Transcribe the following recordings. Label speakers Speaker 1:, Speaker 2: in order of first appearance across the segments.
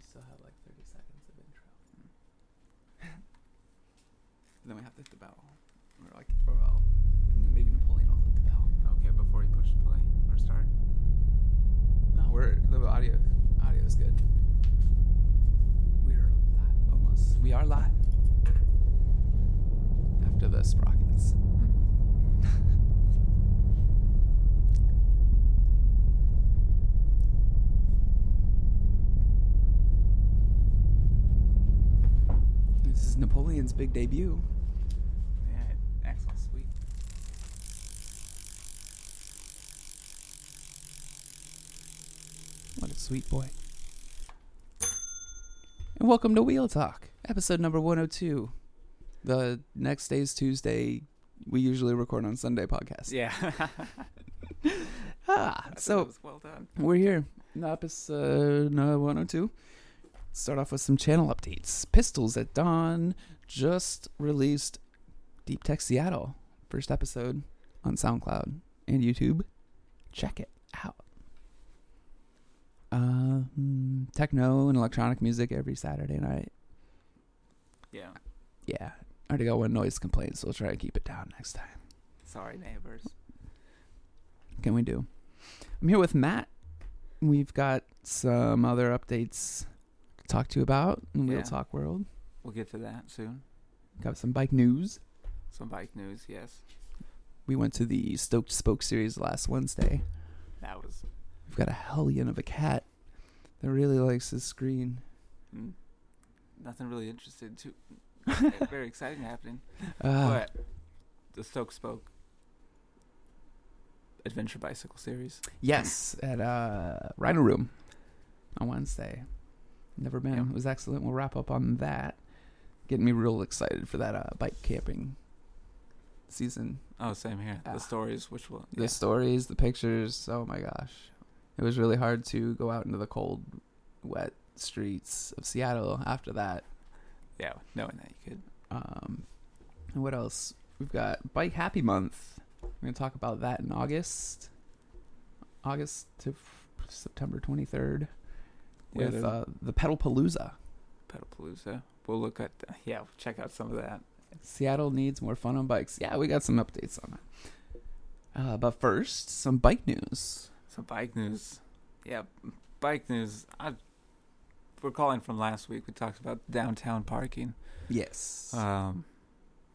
Speaker 1: still have like 30 seconds of intro. then we have to hit the bell. Or like, or I'll, maybe Napoleon will hit the bell.
Speaker 2: Okay, before we push play or start.
Speaker 1: No, we're the audio. Audio is good. We're live, almost. We are live. After the sprockets. This is Napoleon's big debut.
Speaker 2: Yeah, excellent, sweet.
Speaker 1: What a sweet boy. And welcome to Wheel Talk, episode number 102. The next day's Tuesday. We usually record on Sunday podcast.
Speaker 2: Yeah.
Speaker 1: Ah,
Speaker 2: so
Speaker 1: so
Speaker 2: well done.
Speaker 1: we're here. in Episode uh, 102. Start off with some channel updates. Pistols at Dawn just released Deep Tech Seattle, first episode on SoundCloud and YouTube. Check it out. Uh, hmm, techno and electronic music every Saturday night.
Speaker 2: Yeah.
Speaker 1: Yeah, I already got one noise complaint, so we'll try to keep it down next time.
Speaker 2: Sorry, neighbors.
Speaker 1: can we do? I'm here with Matt. We've got some other updates to talk to you about in Wheel
Speaker 2: Yeah.
Speaker 1: Talk World.
Speaker 2: We'll get to that soon.
Speaker 1: Got some bike news.
Speaker 2: Some bike news, yes.
Speaker 1: We went to the Stoked Spoke series last Wednesday.
Speaker 2: That was.
Speaker 1: We've got a hellion of a cat that really likes his screen.
Speaker 2: Mm, nothing really interested too. very exciting happening.
Speaker 1: Uh,
Speaker 2: but the Stoke Spoke Adventure Bicycle Series.
Speaker 1: yes, at uh, Rhino Room on Wednesday. Never been.
Speaker 2: Yeah.
Speaker 1: It was excellent. We'll wrap up on that. Getting me real excited for that uh, bike camping season.
Speaker 2: Oh, same here.
Speaker 1: Ah.
Speaker 2: The stories, which will.
Speaker 1: the
Speaker 2: yeah.
Speaker 1: stories, the pictures. Oh my gosh, it was really hard to go out into the cold, wet streets of Seattle after that.
Speaker 2: Yeah, knowing that you could.
Speaker 1: Um, and what else? We've got Bike Happy Month. We're gonna talk about that in August, August to f- September twenty third,
Speaker 2: Yeah,
Speaker 1: with
Speaker 2: there's
Speaker 1: uh, the Pedal Palooza.
Speaker 2: Pedalpalooza. We'll look at. Yeah, we'll check out some of that.
Speaker 1: Seattle needs more fun on bikes. Yeah, we got some updates on that. Uh, but first, some bike news.
Speaker 2: So bike news, yeah, b- bike news. I recalling from last week we talked about downtown parking.
Speaker 1: Yes.
Speaker 2: Um,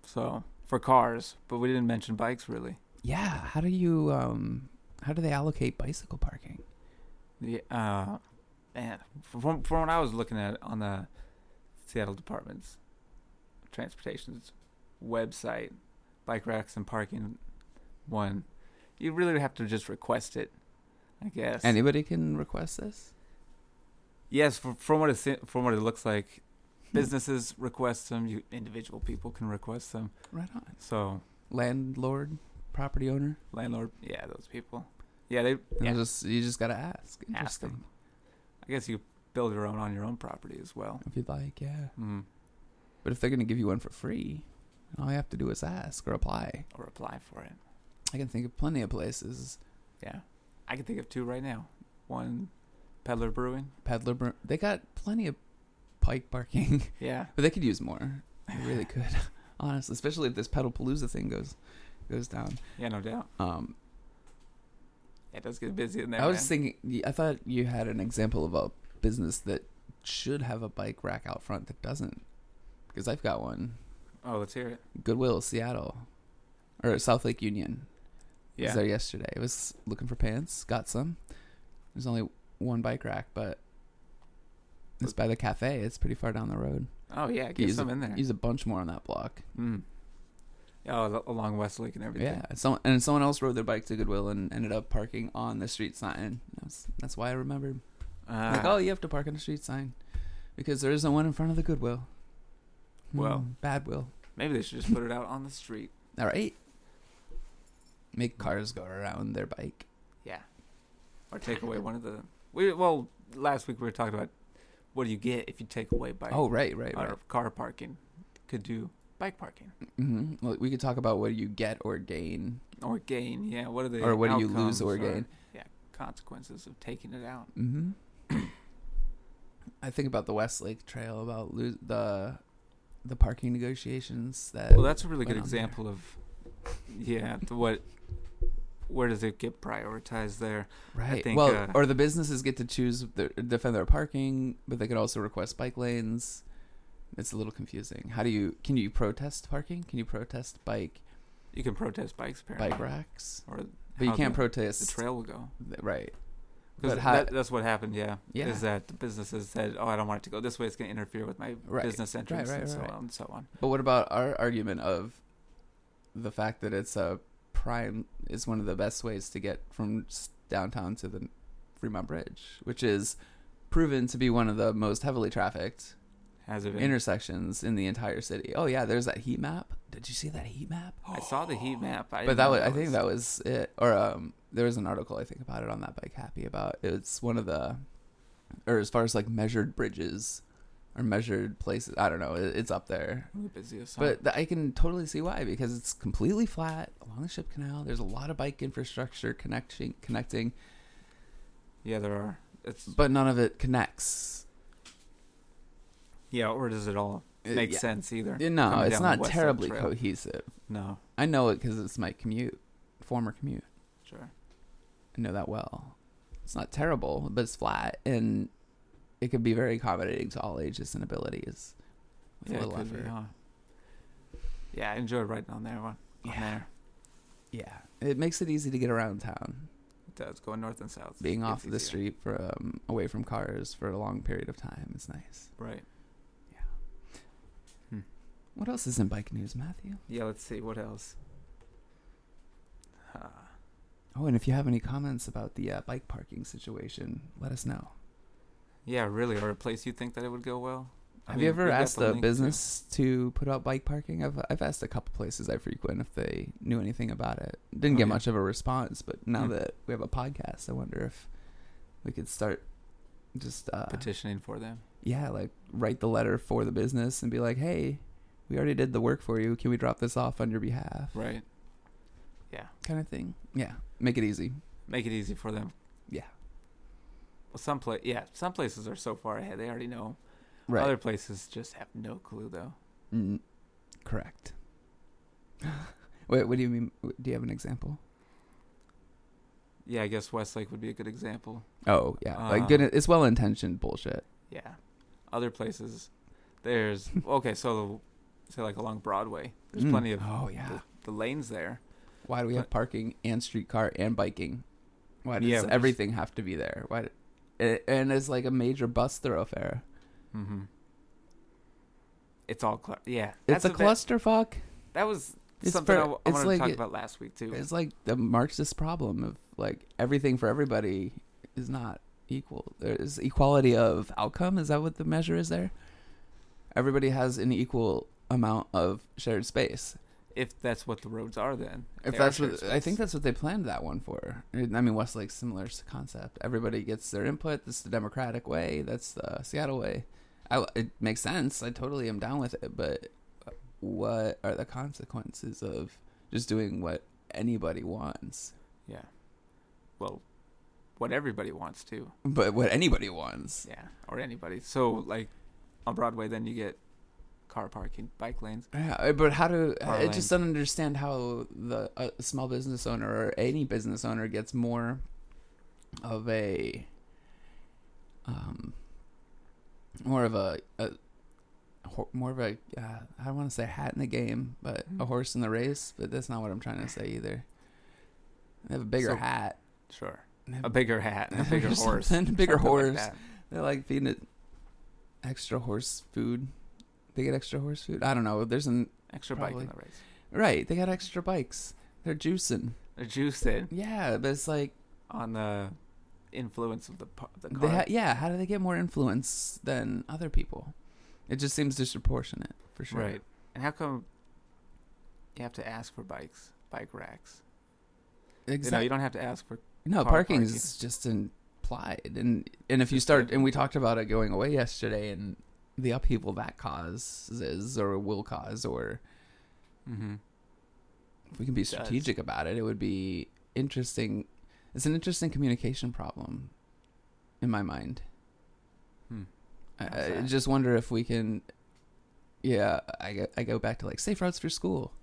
Speaker 2: so for cars, but we didn't mention bikes really.
Speaker 1: Yeah, how do you um how do they allocate bicycle parking?
Speaker 2: Yeah, uh, man, from from what I was looking at on the Seattle Department's Transportation's website, bike racks and parking one, you really have to just request it, I guess.
Speaker 1: Anybody can request this?
Speaker 2: Yes, from, from what it se- from what it looks like,
Speaker 1: Hmm.
Speaker 2: businesses request them. You individual people can request them.
Speaker 1: Right on.
Speaker 2: So
Speaker 1: Landlord, property owner.
Speaker 2: landlord, yeah, those people. Yeah, they.
Speaker 1: Yeah.
Speaker 2: Yeah,
Speaker 1: Just you just gotta ask.
Speaker 2: Ask
Speaker 1: Interesting.
Speaker 2: 'em. I guess you build your own on your own property as well.
Speaker 1: If you'd like, yeah.
Speaker 2: Mm,
Speaker 1: But if they're gonna give you one for free, all you have to do is ask or apply.
Speaker 2: or apply for it.
Speaker 1: I can think of plenty of places.
Speaker 2: Yeah, I can think of two right now. One, Peddler Brewing.
Speaker 1: Peddler, Bur- they got plenty of bike parking,
Speaker 2: Yeah,
Speaker 1: but they could use more. They really could, honestly. Especially if this pedal palooza thing goes goes down.
Speaker 2: yeah, no doubt.
Speaker 1: Um,
Speaker 2: It does get busy in there.
Speaker 1: I was
Speaker 2: man.
Speaker 1: thinking. I thought you had an example of a business that should have a bike rack out front that doesn't, because I've got one.
Speaker 2: Oh, let's hear it.
Speaker 1: Goodwill, Seattle, or South Lake Union.
Speaker 2: Yeah,
Speaker 1: was there yesterday. I was looking for pants. Got some. There's only one bike rack, but it's by the cafe. It's pretty far down the road.
Speaker 2: oh yeah, get
Speaker 1: use
Speaker 2: some
Speaker 1: a,
Speaker 2: in there.
Speaker 1: Use a bunch more on that block.
Speaker 2: Mm. Oh, al- along West Lake and everything.
Speaker 1: Yeah, someone and someone else rode their bike to Goodwill and ended up parking on the street sign. That's that's why I remembered.
Speaker 2: Uh,
Speaker 1: like, oh, you have to park on the street sign because there isn't one in front of the Goodwill.
Speaker 2: Well.
Speaker 1: Hmm, bad will.
Speaker 2: Maybe they should just put it out on the street.
Speaker 1: All right. Make cars go around their bike.
Speaker 2: Yeah. Or take away one of the. We well last week we were talking about what do you get if you take away bike
Speaker 1: Oh, right, right, right.
Speaker 2: or car parking? Could do bike parking
Speaker 1: hmm Well, we could talk about what you get or gain,
Speaker 2: or gain? Yeah. What are the
Speaker 1: or what do you
Speaker 2: outcomes
Speaker 1: lose or gain.
Speaker 2: Yeah, consequences of taking it out.
Speaker 1: hmm Mm-hmm. I think about the Westlake Trail about lo- the the parking negotiations that.
Speaker 2: Well, that's a really
Speaker 1: went
Speaker 2: good
Speaker 1: on there.
Speaker 2: example of yeah, the what where does it get prioritized there?
Speaker 1: Right.
Speaker 2: think,
Speaker 1: well,
Speaker 2: uh,
Speaker 1: or the businesses get to choose their, defend their parking, but they could also request bike lanes. It's a little confusing. How do you can you protest parking? Can you protest bike
Speaker 2: You can protest bikes apparently.
Speaker 1: bike racks?
Speaker 2: Or
Speaker 1: But you
Speaker 2: how
Speaker 1: can't
Speaker 2: the,
Speaker 1: protest
Speaker 2: the trail will go.
Speaker 1: th- Right.
Speaker 2: Because
Speaker 1: But how-
Speaker 2: that, that's what happened, yeah,
Speaker 1: Yeah.
Speaker 2: Is that the businesses said, "Oh, I don't want it to go this way. It's going to interfere with my
Speaker 1: Right.
Speaker 2: business entrance
Speaker 1: right,
Speaker 2: and so
Speaker 1: right.
Speaker 2: on and so on."
Speaker 1: But what about our argument of the fact that it's a prime is one of the best ways to get from s- downtown to the Fremont Bridge, which is proven to be one of the most heavily trafficked
Speaker 2: Has it been?
Speaker 1: intersections in the entire city. Oh yeah, there's that heat map. Did you see that heat map?
Speaker 2: I saw the heat map, I
Speaker 1: but
Speaker 2: didn't
Speaker 1: that
Speaker 2: know
Speaker 1: was, I think that was it. Or um, there was an article I think about it on that bike happy about it's one of the, or as far as like measured bridges, or measured places. I don't know. It, it's up there.
Speaker 2: one of the busiest.
Speaker 1: But th- I can totally see why because it's completely flat along the ship canal. There's a lot of bike infrastructure connection connecting,
Speaker 2: yeah, there are. It's
Speaker 1: but none of it connects.
Speaker 2: yeah, or does it all
Speaker 1: It-
Speaker 2: make
Speaker 1: Uh, yeah.
Speaker 2: sense either?
Speaker 1: Yeah, No,
Speaker 2: coming
Speaker 1: it's
Speaker 2: down the
Speaker 1: not
Speaker 2: West Side
Speaker 1: terribly
Speaker 2: Trail.
Speaker 1: cohesive.
Speaker 2: No,
Speaker 1: I know it because it's my commute, former commute.
Speaker 2: sure.
Speaker 1: I know that well. It's not terrible, but it's flat, and it could be very accommodating to all ages and abilities with
Speaker 2: Yeah,
Speaker 1: a
Speaker 2: it
Speaker 1: little
Speaker 2: could be,
Speaker 1: effort.
Speaker 2: huh? yeah, I enjoyed writing on there one. On
Speaker 1: Yeah.
Speaker 2: there.
Speaker 1: yeah, it makes it easy to get around town.
Speaker 2: It does going north and south.
Speaker 1: Being
Speaker 2: It's
Speaker 1: off the
Speaker 2: easier.
Speaker 1: street from away from cars for a long period of time is nice.
Speaker 2: Right.
Speaker 1: What else is in bike news, Matthew?
Speaker 2: Yeah, let's see what else. Uh,
Speaker 1: Oh, and if you have any comments about the uh, bike parking situation, let us know.
Speaker 2: yeah, really, or a place you think that it would go well. I
Speaker 1: Have
Speaker 2: mean,
Speaker 1: you ever
Speaker 2: we've got
Speaker 1: asked
Speaker 2: the
Speaker 1: a
Speaker 2: link to-
Speaker 1: business to put out bike parking? I've I've asked a couple places I frequent if they knew anything about it. Didn't
Speaker 2: Oh,
Speaker 1: get
Speaker 2: yeah.
Speaker 1: much of a response, but now
Speaker 2: Hmm.
Speaker 1: that we have a podcast, I wonder if we could start just uh,
Speaker 2: petitioning for them?
Speaker 1: yeah, like write the letter for the business and be like, hey, we already did the work for you. Can we drop this off on your behalf?
Speaker 2: Right. Yeah.
Speaker 1: Kind of thing. Yeah, make it easy.
Speaker 2: Make it easy for them.
Speaker 1: Yeah.
Speaker 2: Well, some pla- yeah, some places are so far ahead they already know.
Speaker 1: Right.
Speaker 2: Other places just have no clue though.
Speaker 1: Mm, correct. Wait, what do you mean? Do you have an example?
Speaker 2: Yeah, I guess Westlake would be a good example.
Speaker 1: Oh yeah, like good.
Speaker 2: Um,
Speaker 1: It's well intentioned bullshit.
Speaker 2: Yeah. Other places, there's okay. So, say like along Broadway, there's
Speaker 1: Mm.
Speaker 2: plenty of
Speaker 1: Oh yeah.
Speaker 2: the, the lanes there.
Speaker 1: Why do we have
Speaker 2: But-
Speaker 1: parking and streetcar and biking? Why does
Speaker 2: Yeah, but just-
Speaker 1: everything have to be there? Why? d- a- and it's like a major bus thoroughfare.
Speaker 2: Mm-hmm. It's all cl- yeah.
Speaker 1: It's
Speaker 2: that's
Speaker 1: a
Speaker 2: bit-
Speaker 1: clusterfuck.
Speaker 2: That was
Speaker 1: It's
Speaker 2: something
Speaker 1: for-
Speaker 2: I, w- I
Speaker 1: it's
Speaker 2: wanted
Speaker 1: like
Speaker 2: to talk
Speaker 1: it-
Speaker 2: about last week too.
Speaker 1: It's like the Marxist problem of like everything for everybody is not equal. There's equality of outcome. Is that what the measure is there? Everybody has an equal amount of shared space.
Speaker 2: If that's what the roads are, then
Speaker 1: If
Speaker 2: They are
Speaker 1: that's
Speaker 2: shared
Speaker 1: what I think
Speaker 2: space.
Speaker 1: that's what they planned that one for. I mean, Westlake's similar s- concept. Everybody gets their input. This is the democratic way. That's the Seattle way. I, it makes sense. I totally am down with it. But what are the consequences of just doing what anybody wants?
Speaker 2: yeah. Well, what everybody wants to
Speaker 1: But what anybody wants?
Speaker 2: yeah, or anybody. So like on Broadway, then you get car parking, bike lanes.
Speaker 1: Yeah, uh, but how do
Speaker 2: Car
Speaker 1: I
Speaker 2: lanes.
Speaker 1: just don't understand how the a small business owner or any business owner gets more of a um more of a, a ho- more of a uh, I don't want to say hat in the game, but a
Speaker 2: Mm.
Speaker 1: horse in the race. But that's not what I'm trying to say either. They have a bigger
Speaker 2: So-
Speaker 1: hat,
Speaker 2: Sure,
Speaker 1: They have-
Speaker 2: a bigger hat, and a bigger
Speaker 1: or
Speaker 2: horse,
Speaker 1: something, a bigger
Speaker 2: something like
Speaker 1: horse.
Speaker 2: that.
Speaker 1: They're like feeding it extra horse food. They get extra horse food. I don't know. There's an
Speaker 2: Extra bike in
Speaker 1: Probably.
Speaker 2: the race.
Speaker 1: Right, they got extra bikes. They're juicing.
Speaker 2: They're juicing
Speaker 1: Yeah, but it's like
Speaker 2: on the influence of the par- the
Speaker 1: they
Speaker 2: car.
Speaker 1: ha- yeah, how do they get more influence than other people? It just seems disproportionate for sure.
Speaker 2: Right. And how come you have to ask for bikes, bike racks? You know,
Speaker 1: Exactly.
Speaker 2: you don't have to ask for.
Speaker 1: No,
Speaker 2: car
Speaker 1: parking
Speaker 2: parking.
Speaker 1: is just implied, and and if you
Speaker 2: Just
Speaker 1: start,
Speaker 2: a-
Speaker 1: and we talked about it going away yesterday, and the upheaval that causes or will cause, or
Speaker 2: Mm-hmm.
Speaker 1: if we can be
Speaker 2: It does.
Speaker 1: strategic about it, it would be interesting. It's an interesting communication problem, in my mind.
Speaker 2: Hmm.
Speaker 1: I,
Speaker 2: How's
Speaker 1: I
Speaker 2: that?
Speaker 1: just wonder if we can. Yeah, I go, I go back to like safe routes for school.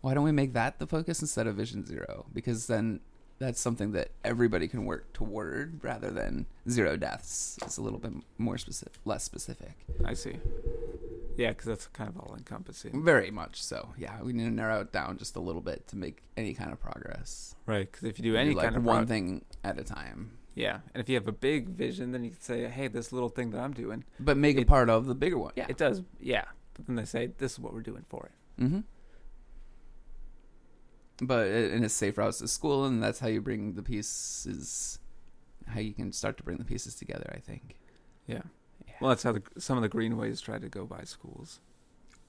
Speaker 1: Why don't we make that the focus instead of Vision Zero? Because then that's something that everybody can work toward rather than zero deaths. It's a little bit more specific, less specific.
Speaker 2: I see. Yeah, because that's kind of all encompassing,
Speaker 1: Very much so. Yeah, we need to narrow it down just a little bit to make any kind of progress.
Speaker 2: right? Because if you do any
Speaker 1: like
Speaker 2: kind of
Speaker 1: one
Speaker 2: prog-
Speaker 1: thing at a time,
Speaker 2: yeah, and if you have a big vision, then you can say, "Hey, this little thing that I'm doing,
Speaker 1: but make it,
Speaker 2: It-
Speaker 1: part of the bigger one.
Speaker 2: it does, yeah." But then they say, "This is what we're doing for it."
Speaker 1: Mm-hmm. But it- and it's safe routes to school, and that's how you bring the pieces, how you can start to bring the pieces together. I think.
Speaker 2: Yeah.
Speaker 1: Yeah.
Speaker 2: Well, that's how the, some of the greenways try to go by schools.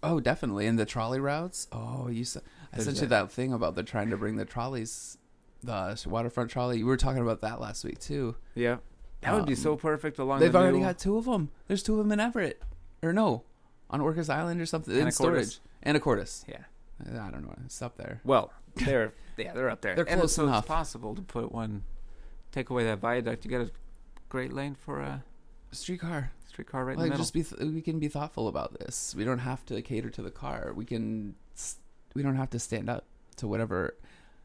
Speaker 1: Oh, definitely, and the trolley routes. Oh, you. s- I
Speaker 2: There's
Speaker 1: sent you that thing about the trying to bring the trolleys, the waterfront trolley. You were talking about that last week too.
Speaker 2: Yeah, that would be so
Speaker 1: Um,
Speaker 2: perfect along.
Speaker 1: They've
Speaker 2: the
Speaker 1: already
Speaker 2: new,
Speaker 1: got two of them. There's two of them in Everett, or no, on Orcas Island or something in
Speaker 2: Anacortes.
Speaker 1: storage. Anacortes.
Speaker 2: Yeah.
Speaker 1: I don't know. It's up there.
Speaker 2: Well, they're yeah, they're up there.
Speaker 1: They're
Speaker 2: and
Speaker 1: close
Speaker 2: so
Speaker 1: enough.
Speaker 2: It's possible to put one, take away that viaduct. You got a great lane for a
Speaker 1: Streetcar.
Speaker 2: streetcar right in the
Speaker 1: like
Speaker 2: middle.
Speaker 1: just be th- we can be thoughtful about this we don't have to cater to the car we can s- we don't have to stand up to whatever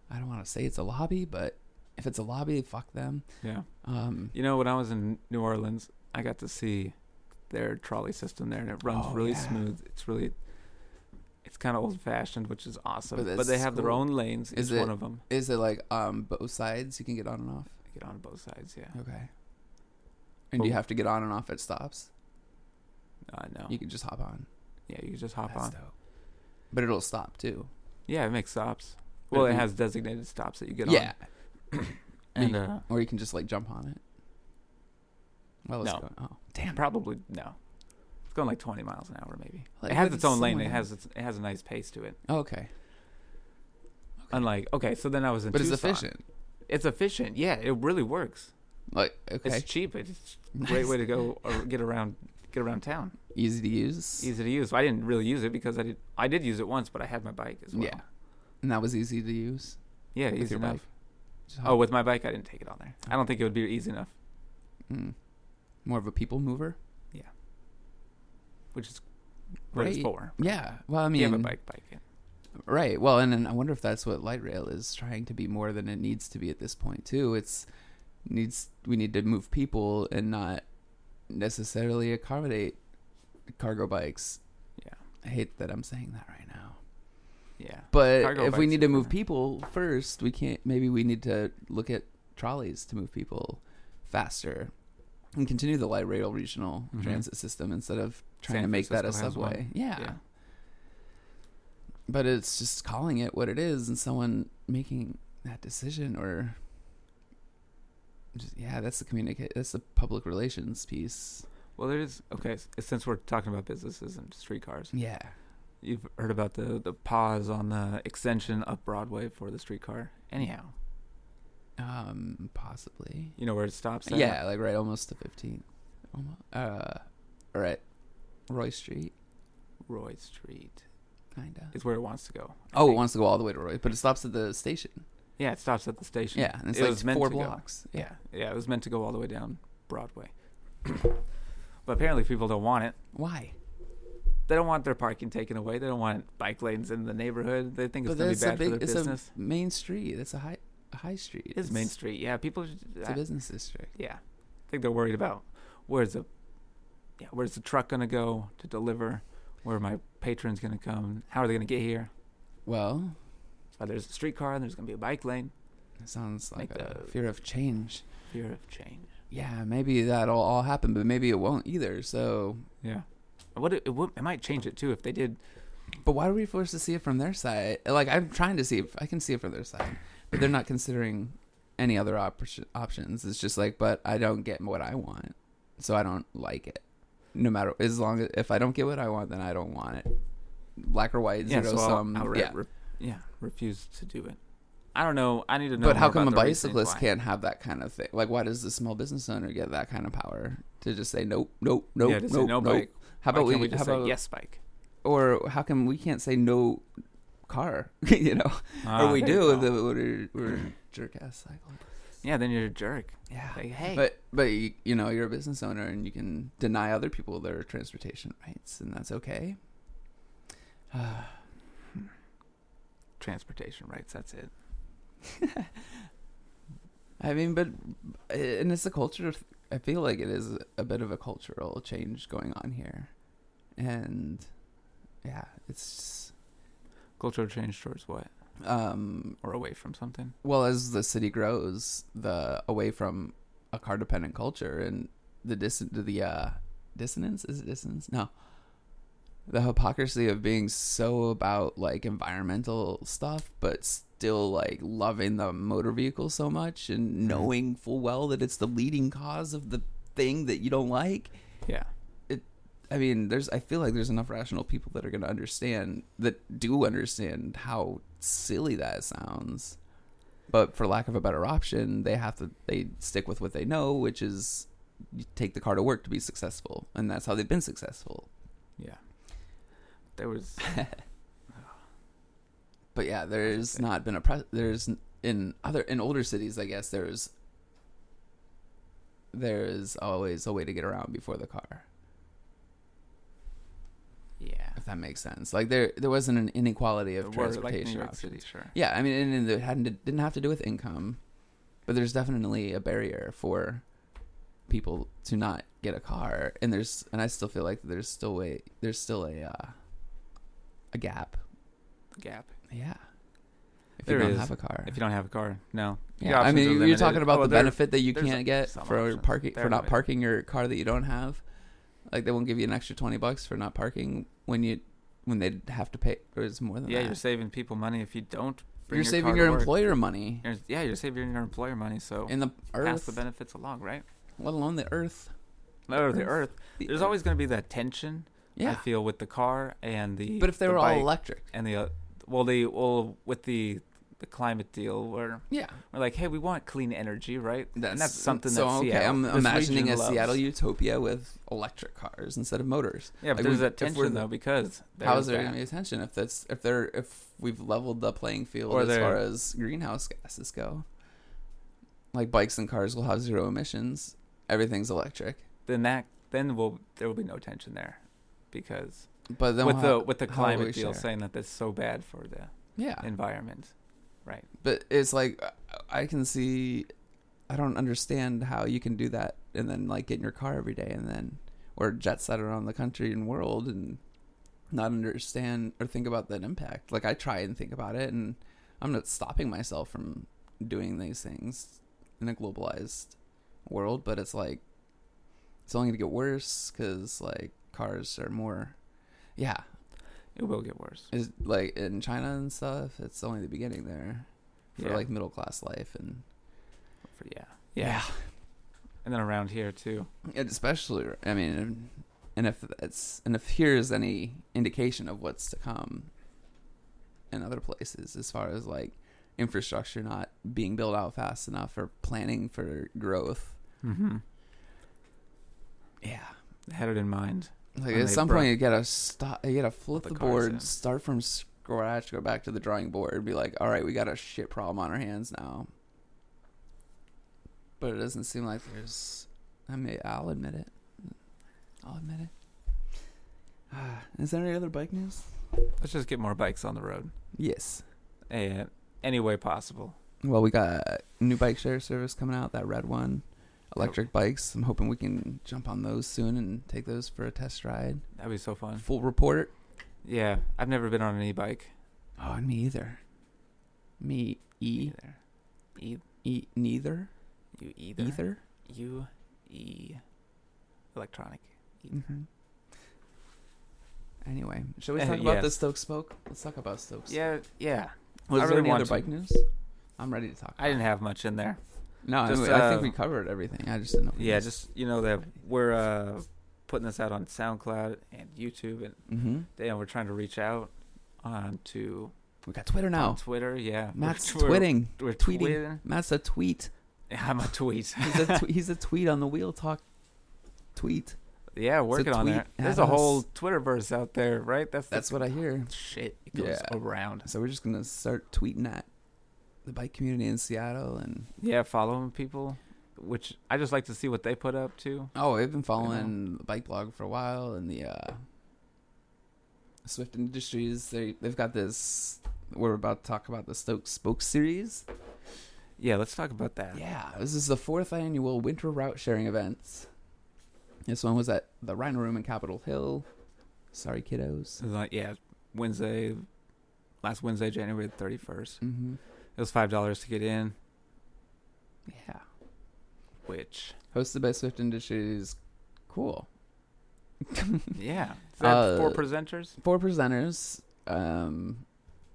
Speaker 1: i don't want to say it's a lobby but if it's a lobby fuck them
Speaker 2: yeah.
Speaker 1: um
Speaker 2: You know, when I was in New Orleans, I got to see their trolley system there, and it runs
Speaker 1: Oh,
Speaker 2: really
Speaker 1: yeah.
Speaker 2: smooth. It's really, it's kind of old fashioned, which is awesome.
Speaker 1: But
Speaker 2: But,
Speaker 1: that's
Speaker 2: they have their
Speaker 1: cool.
Speaker 2: own lanes,
Speaker 1: Is
Speaker 2: each one
Speaker 1: it-
Speaker 2: of them.
Speaker 1: is it like um both sides you can get on and off
Speaker 2: Get on both sides, yeah.
Speaker 1: okay and do you
Speaker 2: Oh.
Speaker 1: have to get on and off at stops
Speaker 2: Uh, no,
Speaker 1: you can just hop on
Speaker 2: yeah, you just hop
Speaker 1: That's
Speaker 2: on.
Speaker 1: dope. but it'll stop too
Speaker 2: Yeah, it makes stops.
Speaker 1: But
Speaker 2: Well,
Speaker 1: if
Speaker 2: it
Speaker 1: you-
Speaker 2: has designated stops that you get
Speaker 1: yeah
Speaker 2: on.
Speaker 1: And
Speaker 2: And
Speaker 1: you-
Speaker 2: uh,
Speaker 1: or you can just like jump on it well it's
Speaker 2: No.
Speaker 1: going oh damn
Speaker 2: probably no, it's going like 20 miles an hour maybe.
Speaker 1: Well,
Speaker 2: it
Speaker 1: it
Speaker 2: has
Speaker 1: would
Speaker 2: its own lane.
Speaker 1: someone
Speaker 2: It
Speaker 1: else.
Speaker 2: has its, it has a nice pace to it.
Speaker 1: okay
Speaker 2: Unlike okay, so then I was in.
Speaker 1: but it's
Speaker 2: Tucson.
Speaker 1: efficient
Speaker 2: It's efficient. Yeah, it really works.
Speaker 1: like okay
Speaker 2: It's cheap. It's a
Speaker 1: Nice.
Speaker 2: great way to go or get around get around town.
Speaker 1: easy to use
Speaker 2: Easy to use. I didn't really use it because I did I did use it once, but I had my bike as well.
Speaker 1: Yeah. And that was easy to use.
Speaker 2: Yeah,
Speaker 1: With
Speaker 2: easy
Speaker 1: your
Speaker 2: enough.
Speaker 1: bike? Just
Speaker 2: Oh,
Speaker 1: hop-
Speaker 2: with my bike I didn't take it on there. I don't think it would be easy enough,
Speaker 1: Mm. More of a people mover.
Speaker 2: which is what it's
Speaker 1: Right.
Speaker 2: for.
Speaker 1: Yeah. Well, I
Speaker 2: If
Speaker 1: mean,
Speaker 2: you have a bike, bike it.
Speaker 1: right. Well, and, and I wonder if that's what light rail is trying to be more than it needs to be at this point too. It's needs we need to move people and not necessarily accommodate cargo bikes.
Speaker 2: Yeah.
Speaker 1: I hate that I'm saying that right now.
Speaker 2: Yeah.
Speaker 1: But
Speaker 2: Cargo
Speaker 1: if we
Speaker 2: bikes
Speaker 1: need
Speaker 2: are
Speaker 1: to move
Speaker 2: fine.
Speaker 1: people first, we can't. Maybe we need to look at trolleys to move people faster and continue the light rail regional
Speaker 2: Mhm.
Speaker 1: transit system instead of trying
Speaker 2: San
Speaker 1: to make that a
Speaker 2: Francisco has one.
Speaker 1: subway. Yeah.
Speaker 2: Yeah.
Speaker 1: But it's just calling it what it is, and someone making that decision, or just, yeah, that's the communicate. That's the public relations piece.
Speaker 2: Well, there is okay. s- Since we're talking about businesses and streetcars,
Speaker 1: Yeah.
Speaker 2: you've heard about the the pause on the extension up Broadway for the streetcar. Anyhow,
Speaker 1: Um. Possibly.
Speaker 2: you know where it stops. at?
Speaker 1: Yeah, like right almost to 15th. Almost, uh, right. Roy Street,
Speaker 2: Roy Street
Speaker 1: kinda.
Speaker 2: is where it wants to go. I
Speaker 1: Oh, it
Speaker 2: think.
Speaker 1: wants to go all the way to Roy, but it stops at the station.
Speaker 2: Yeah, it stops at the station.
Speaker 1: Yeah, and it's
Speaker 2: It
Speaker 1: like
Speaker 2: was meant
Speaker 1: four
Speaker 2: to go.
Speaker 1: blocks.
Speaker 2: Yeah, yeah, it was meant to go all the way down Broadway. but apparently people don't want it.
Speaker 1: Why?
Speaker 2: They don't want their parking taken away. They don't want bike lanes in the neighborhood. They think it's
Speaker 1: but
Speaker 2: going to
Speaker 1: that's
Speaker 2: be bad
Speaker 1: a big.
Speaker 2: for their
Speaker 1: It's
Speaker 2: business.
Speaker 1: a main street. It's a high a high street.
Speaker 2: It's Main Street. Yeah, people are just-
Speaker 1: It's a
Speaker 2: I-
Speaker 1: business district.
Speaker 2: yeah. I think they're worried about where's the yeah, where's the truck going to go to deliver? Where are my patrons going to come? How are they going to get here?
Speaker 1: Well,
Speaker 2: That's why there's a streetcar and there's going to be a bike lane.
Speaker 1: it sounds like
Speaker 2: Like
Speaker 1: a
Speaker 2: the-
Speaker 1: fear of change.
Speaker 2: Fear of change.
Speaker 1: Yeah, maybe that'll all happen, but maybe it won't either. So,
Speaker 2: Yeah. What it, it, would- it might change it too if they did
Speaker 1: but why are we forced to see it from their side? Like I'm trying to see if I can see it from their side, but they're not considering any other op- options. It's just like, but I don't get what I want, so I don't like it. No matter as long as if I don't get what I want, then I don't want it. Black or white, zero
Speaker 2: I'll-
Speaker 1: sum.
Speaker 2: I'll re-
Speaker 1: yeah.
Speaker 2: re- yeah, refuse to do it. I don't know. I need to know.
Speaker 1: But
Speaker 2: more
Speaker 1: how come a
Speaker 2: about the reasons
Speaker 1: bicyclist
Speaker 2: why.
Speaker 1: can't have that kind of thing? Like, why does the small business owner get that kind of power to just say nope, nope, nope,
Speaker 2: yeah,
Speaker 1: nope,
Speaker 2: just say no
Speaker 1: nope?
Speaker 2: bike.
Speaker 1: How about
Speaker 2: why
Speaker 1: we?
Speaker 2: can't just
Speaker 1: how
Speaker 2: say
Speaker 1: about
Speaker 2: yes bike?
Speaker 1: or how come we can't say no car? you know, or we
Speaker 2: Ah, there you
Speaker 1: do.
Speaker 2: go.
Speaker 1: The, we're, we're jerk ass cyclists.
Speaker 2: Yeah, then you're a jerk.
Speaker 1: Yeah.
Speaker 2: Like, hey,
Speaker 1: But but you, you know you're a business owner and you can deny other people their transportation rights and that's okay.
Speaker 2: transportation rights. That's it.
Speaker 1: I mean, but uh, and it's a culture. of- I feel like it is a bit of a cultural change going on here, and yeah, it's
Speaker 2: Cultural change towards what
Speaker 1: um
Speaker 2: or away from something.
Speaker 1: well as the city grows, the away from a car dependent culture and the dis the uh, dissonance is it dissonance no. The hypocrisy of being so about like environmental stuff, but still like loving the motor vehicle so much and knowing full well that it's the leading cause of the thing that you don't like.
Speaker 2: Yeah.
Speaker 1: I mean, there's. I feel like there's enough rational people that are going to understand that do understand how silly that sounds, but for lack of a better option, they have to they stick with what they know, which is you take the car to work to be successful, and that's how they've been successful.
Speaker 2: Yeah. There was
Speaker 1: But yeah, there's
Speaker 2: Okay.
Speaker 1: not been a pre- there's n- in other in older cities, I guess there's there's always a way to get around before the car.
Speaker 2: yeah.
Speaker 1: If that makes sense, like there there wasn't an inequality of
Speaker 2: There were, like New
Speaker 1: transportation
Speaker 2: York
Speaker 1: options.
Speaker 2: City, sure.
Speaker 1: Yeah, I mean, and, and it hadn't didn't have to do with income, but there's definitely a barrier for people to not get a car, and there's and I still feel like there's still a there's still a uh, a gap.
Speaker 2: Gap.
Speaker 1: Yeah, if
Speaker 2: There
Speaker 1: you don't
Speaker 2: is.
Speaker 1: have a car.
Speaker 2: If you don't have a car, no. Your
Speaker 1: yeah, I
Speaker 2: options are
Speaker 1: mean, you're
Speaker 2: limited.
Speaker 1: talking about
Speaker 2: Oh,
Speaker 1: the
Speaker 2: there-
Speaker 1: benefit that you
Speaker 2: there's
Speaker 1: can't get
Speaker 2: some
Speaker 1: for
Speaker 2: options.
Speaker 1: parking
Speaker 2: There
Speaker 1: for
Speaker 2: are.
Speaker 1: not parking your car that you don't have. Like they won't give you an extra twenty bucks for not parking when you when they have to pay or it's more than
Speaker 2: Yeah,
Speaker 1: that.
Speaker 2: you're saving people money if you don't. Bring
Speaker 1: You're
Speaker 2: your
Speaker 1: saving
Speaker 2: car
Speaker 1: your
Speaker 2: to work.
Speaker 1: employer money
Speaker 2: You're- yeah, you're saving your employer money, so
Speaker 1: in the
Speaker 2: pass
Speaker 1: earth.
Speaker 2: the benefits along, right?
Speaker 1: let alone the earth.
Speaker 2: Or the
Speaker 1: Earth.
Speaker 2: earth.
Speaker 1: The
Speaker 2: There's
Speaker 1: earth.
Speaker 2: always going to be that tension. I
Speaker 1: yeah.
Speaker 2: feel with the car and the.
Speaker 1: But if they
Speaker 2: the
Speaker 1: were all
Speaker 2: bike
Speaker 1: electric,
Speaker 2: and the uh, well, the well with the the climate deal where
Speaker 1: yeah,
Speaker 2: we're like, hey, we want clean energy, right?
Speaker 1: that's,
Speaker 2: and that's something
Speaker 1: So
Speaker 2: that
Speaker 1: okay,
Speaker 2: Seattle,
Speaker 1: I'm
Speaker 2: this
Speaker 1: imagining a
Speaker 2: region loves.
Speaker 1: Seattle utopia with electric cars instead of motors.
Speaker 2: Yeah, but
Speaker 1: Like,
Speaker 2: there's
Speaker 1: we-
Speaker 2: that
Speaker 1: if we're
Speaker 2: tension
Speaker 1: the-
Speaker 2: though because
Speaker 1: How
Speaker 2: there's
Speaker 1: is there going
Speaker 2: that.
Speaker 1: to be attention if that's if they're if we've leveled the playing field
Speaker 2: Or
Speaker 1: as
Speaker 2: they're-
Speaker 1: far as greenhouse gases go? Like bikes and cars will have zero emissions. Everything's electric,
Speaker 2: then that then will there will be no tension there because
Speaker 1: but then
Speaker 2: with
Speaker 1: we'll
Speaker 2: the
Speaker 1: have-
Speaker 2: with the
Speaker 1: how will we
Speaker 2: climate deal
Speaker 1: share?
Speaker 2: saying that that's so bad for the
Speaker 1: yeah,
Speaker 2: environment.
Speaker 1: but it's like I- I can see. I don't understand how you can do that and then like get in your car every day and then or jet set around the country and world and not understand or think about that impact. Like I try and think about it and I'm not stopping myself from doing these things in a globalized world, but it's like it's only going to get worse cuz like cars are more yeah,
Speaker 2: It will get worse.
Speaker 1: is like in China and stuff, it's only the beginning there for
Speaker 2: Yeah.
Speaker 1: like middle class life and
Speaker 2: For- yeah. Yeah. And then around here too.
Speaker 1: And especially I mean and if it's and if here's any indication of what's to come in other places as far as like infrastructure not being built out fast enough or planning for growth.
Speaker 2: Mm-hmm.
Speaker 1: Yeah.
Speaker 2: Had it in mind.
Speaker 1: Like
Speaker 2: And
Speaker 1: at
Speaker 2: they
Speaker 1: some
Speaker 2: brought
Speaker 1: point you gotta stop you gotta flip
Speaker 2: the
Speaker 1: the,
Speaker 2: cars
Speaker 1: board,
Speaker 2: in.
Speaker 1: start from scratch, go back to the drawing board, and be like, All right, we got a shit problem on our hands now. But it doesn't seem like there's I mean I'll admit it. I'll admit it. Ah, is there any other bike news?
Speaker 2: Let's just get more bikes on the road.
Speaker 1: Yes.
Speaker 2: And any way possible.
Speaker 1: Well, we got new bike share service coming out, that red one. Electric bikes. I'm hoping we can jump on those soon and take those for a test ride.
Speaker 2: That'd be so fun.
Speaker 1: Full report.
Speaker 2: Yeah. I've never been on an e bike
Speaker 1: Oh, and me either. Me e
Speaker 2: either. E
Speaker 1: e neither
Speaker 2: you either.
Speaker 1: either.
Speaker 2: You e electronic. E.
Speaker 1: hmm Anyway, shall we
Speaker 2: Uh,
Speaker 1: talk about
Speaker 2: yes.
Speaker 1: the Stoke Spoke? Let's talk about Stoke. Spoke.
Speaker 2: Yeah, yeah.
Speaker 1: Was
Speaker 2: I
Speaker 1: there
Speaker 2: really
Speaker 1: any
Speaker 2: want
Speaker 1: other
Speaker 2: to.
Speaker 1: bike news? I'm ready to talk.
Speaker 2: I
Speaker 1: about
Speaker 2: didn't have much in there.
Speaker 1: it. No, I
Speaker 2: just,
Speaker 1: mean, I think
Speaker 2: uh,
Speaker 1: we covered everything. I just didn't know. What
Speaker 2: Yeah, just you know that we're uh, putting this out on SoundCloud and YouTube, and
Speaker 1: hmm
Speaker 2: then we're trying to reach out on to
Speaker 1: We got Twitter
Speaker 2: on
Speaker 1: now.
Speaker 2: Twitter. Yeah,
Speaker 1: Oh. Matt's
Speaker 2: we're,
Speaker 1: twitting.
Speaker 2: We're, we're
Speaker 1: tweeting.
Speaker 2: tweeting.
Speaker 1: Matt's a tweet.
Speaker 2: Yeah, I'm a tweet.
Speaker 1: He's a, tw- he's a tweet on the wheel talk. Tweet.
Speaker 2: yeah, working on
Speaker 1: tweet
Speaker 2: that. There's
Speaker 1: at
Speaker 2: a whole
Speaker 1: us.
Speaker 2: Twitterverse out there, right? That's the
Speaker 1: That's what I hear.
Speaker 2: shit. It goes
Speaker 1: Yeah.
Speaker 2: around.
Speaker 1: So we're just gonna start tweeting at the bike community in Seattle and
Speaker 2: Yeah, following people, which I just like to see what they put up to.
Speaker 1: oh, I've been following the bike blog for a while and the uh, Swift Industries. They they've got this. We're about to talk about the Stoke Spoke series.
Speaker 2: Yeah, let's talk about that.
Speaker 1: Yeah, this is the fourth annual winter route sharing events. This one was at the Rhino Room in Capitol Hill. Sorry, kiddos.
Speaker 2: So, like, yeah, Wednesday, last Wednesday, January the 31st.
Speaker 1: Mm-hmm.
Speaker 2: It was $5 to get in,
Speaker 1: Yeah,
Speaker 2: which,
Speaker 1: hosted by Swift Industries. Cool.
Speaker 2: yeah. Is that
Speaker 1: Uh,
Speaker 2: four presenters?
Speaker 1: four presenters. Um,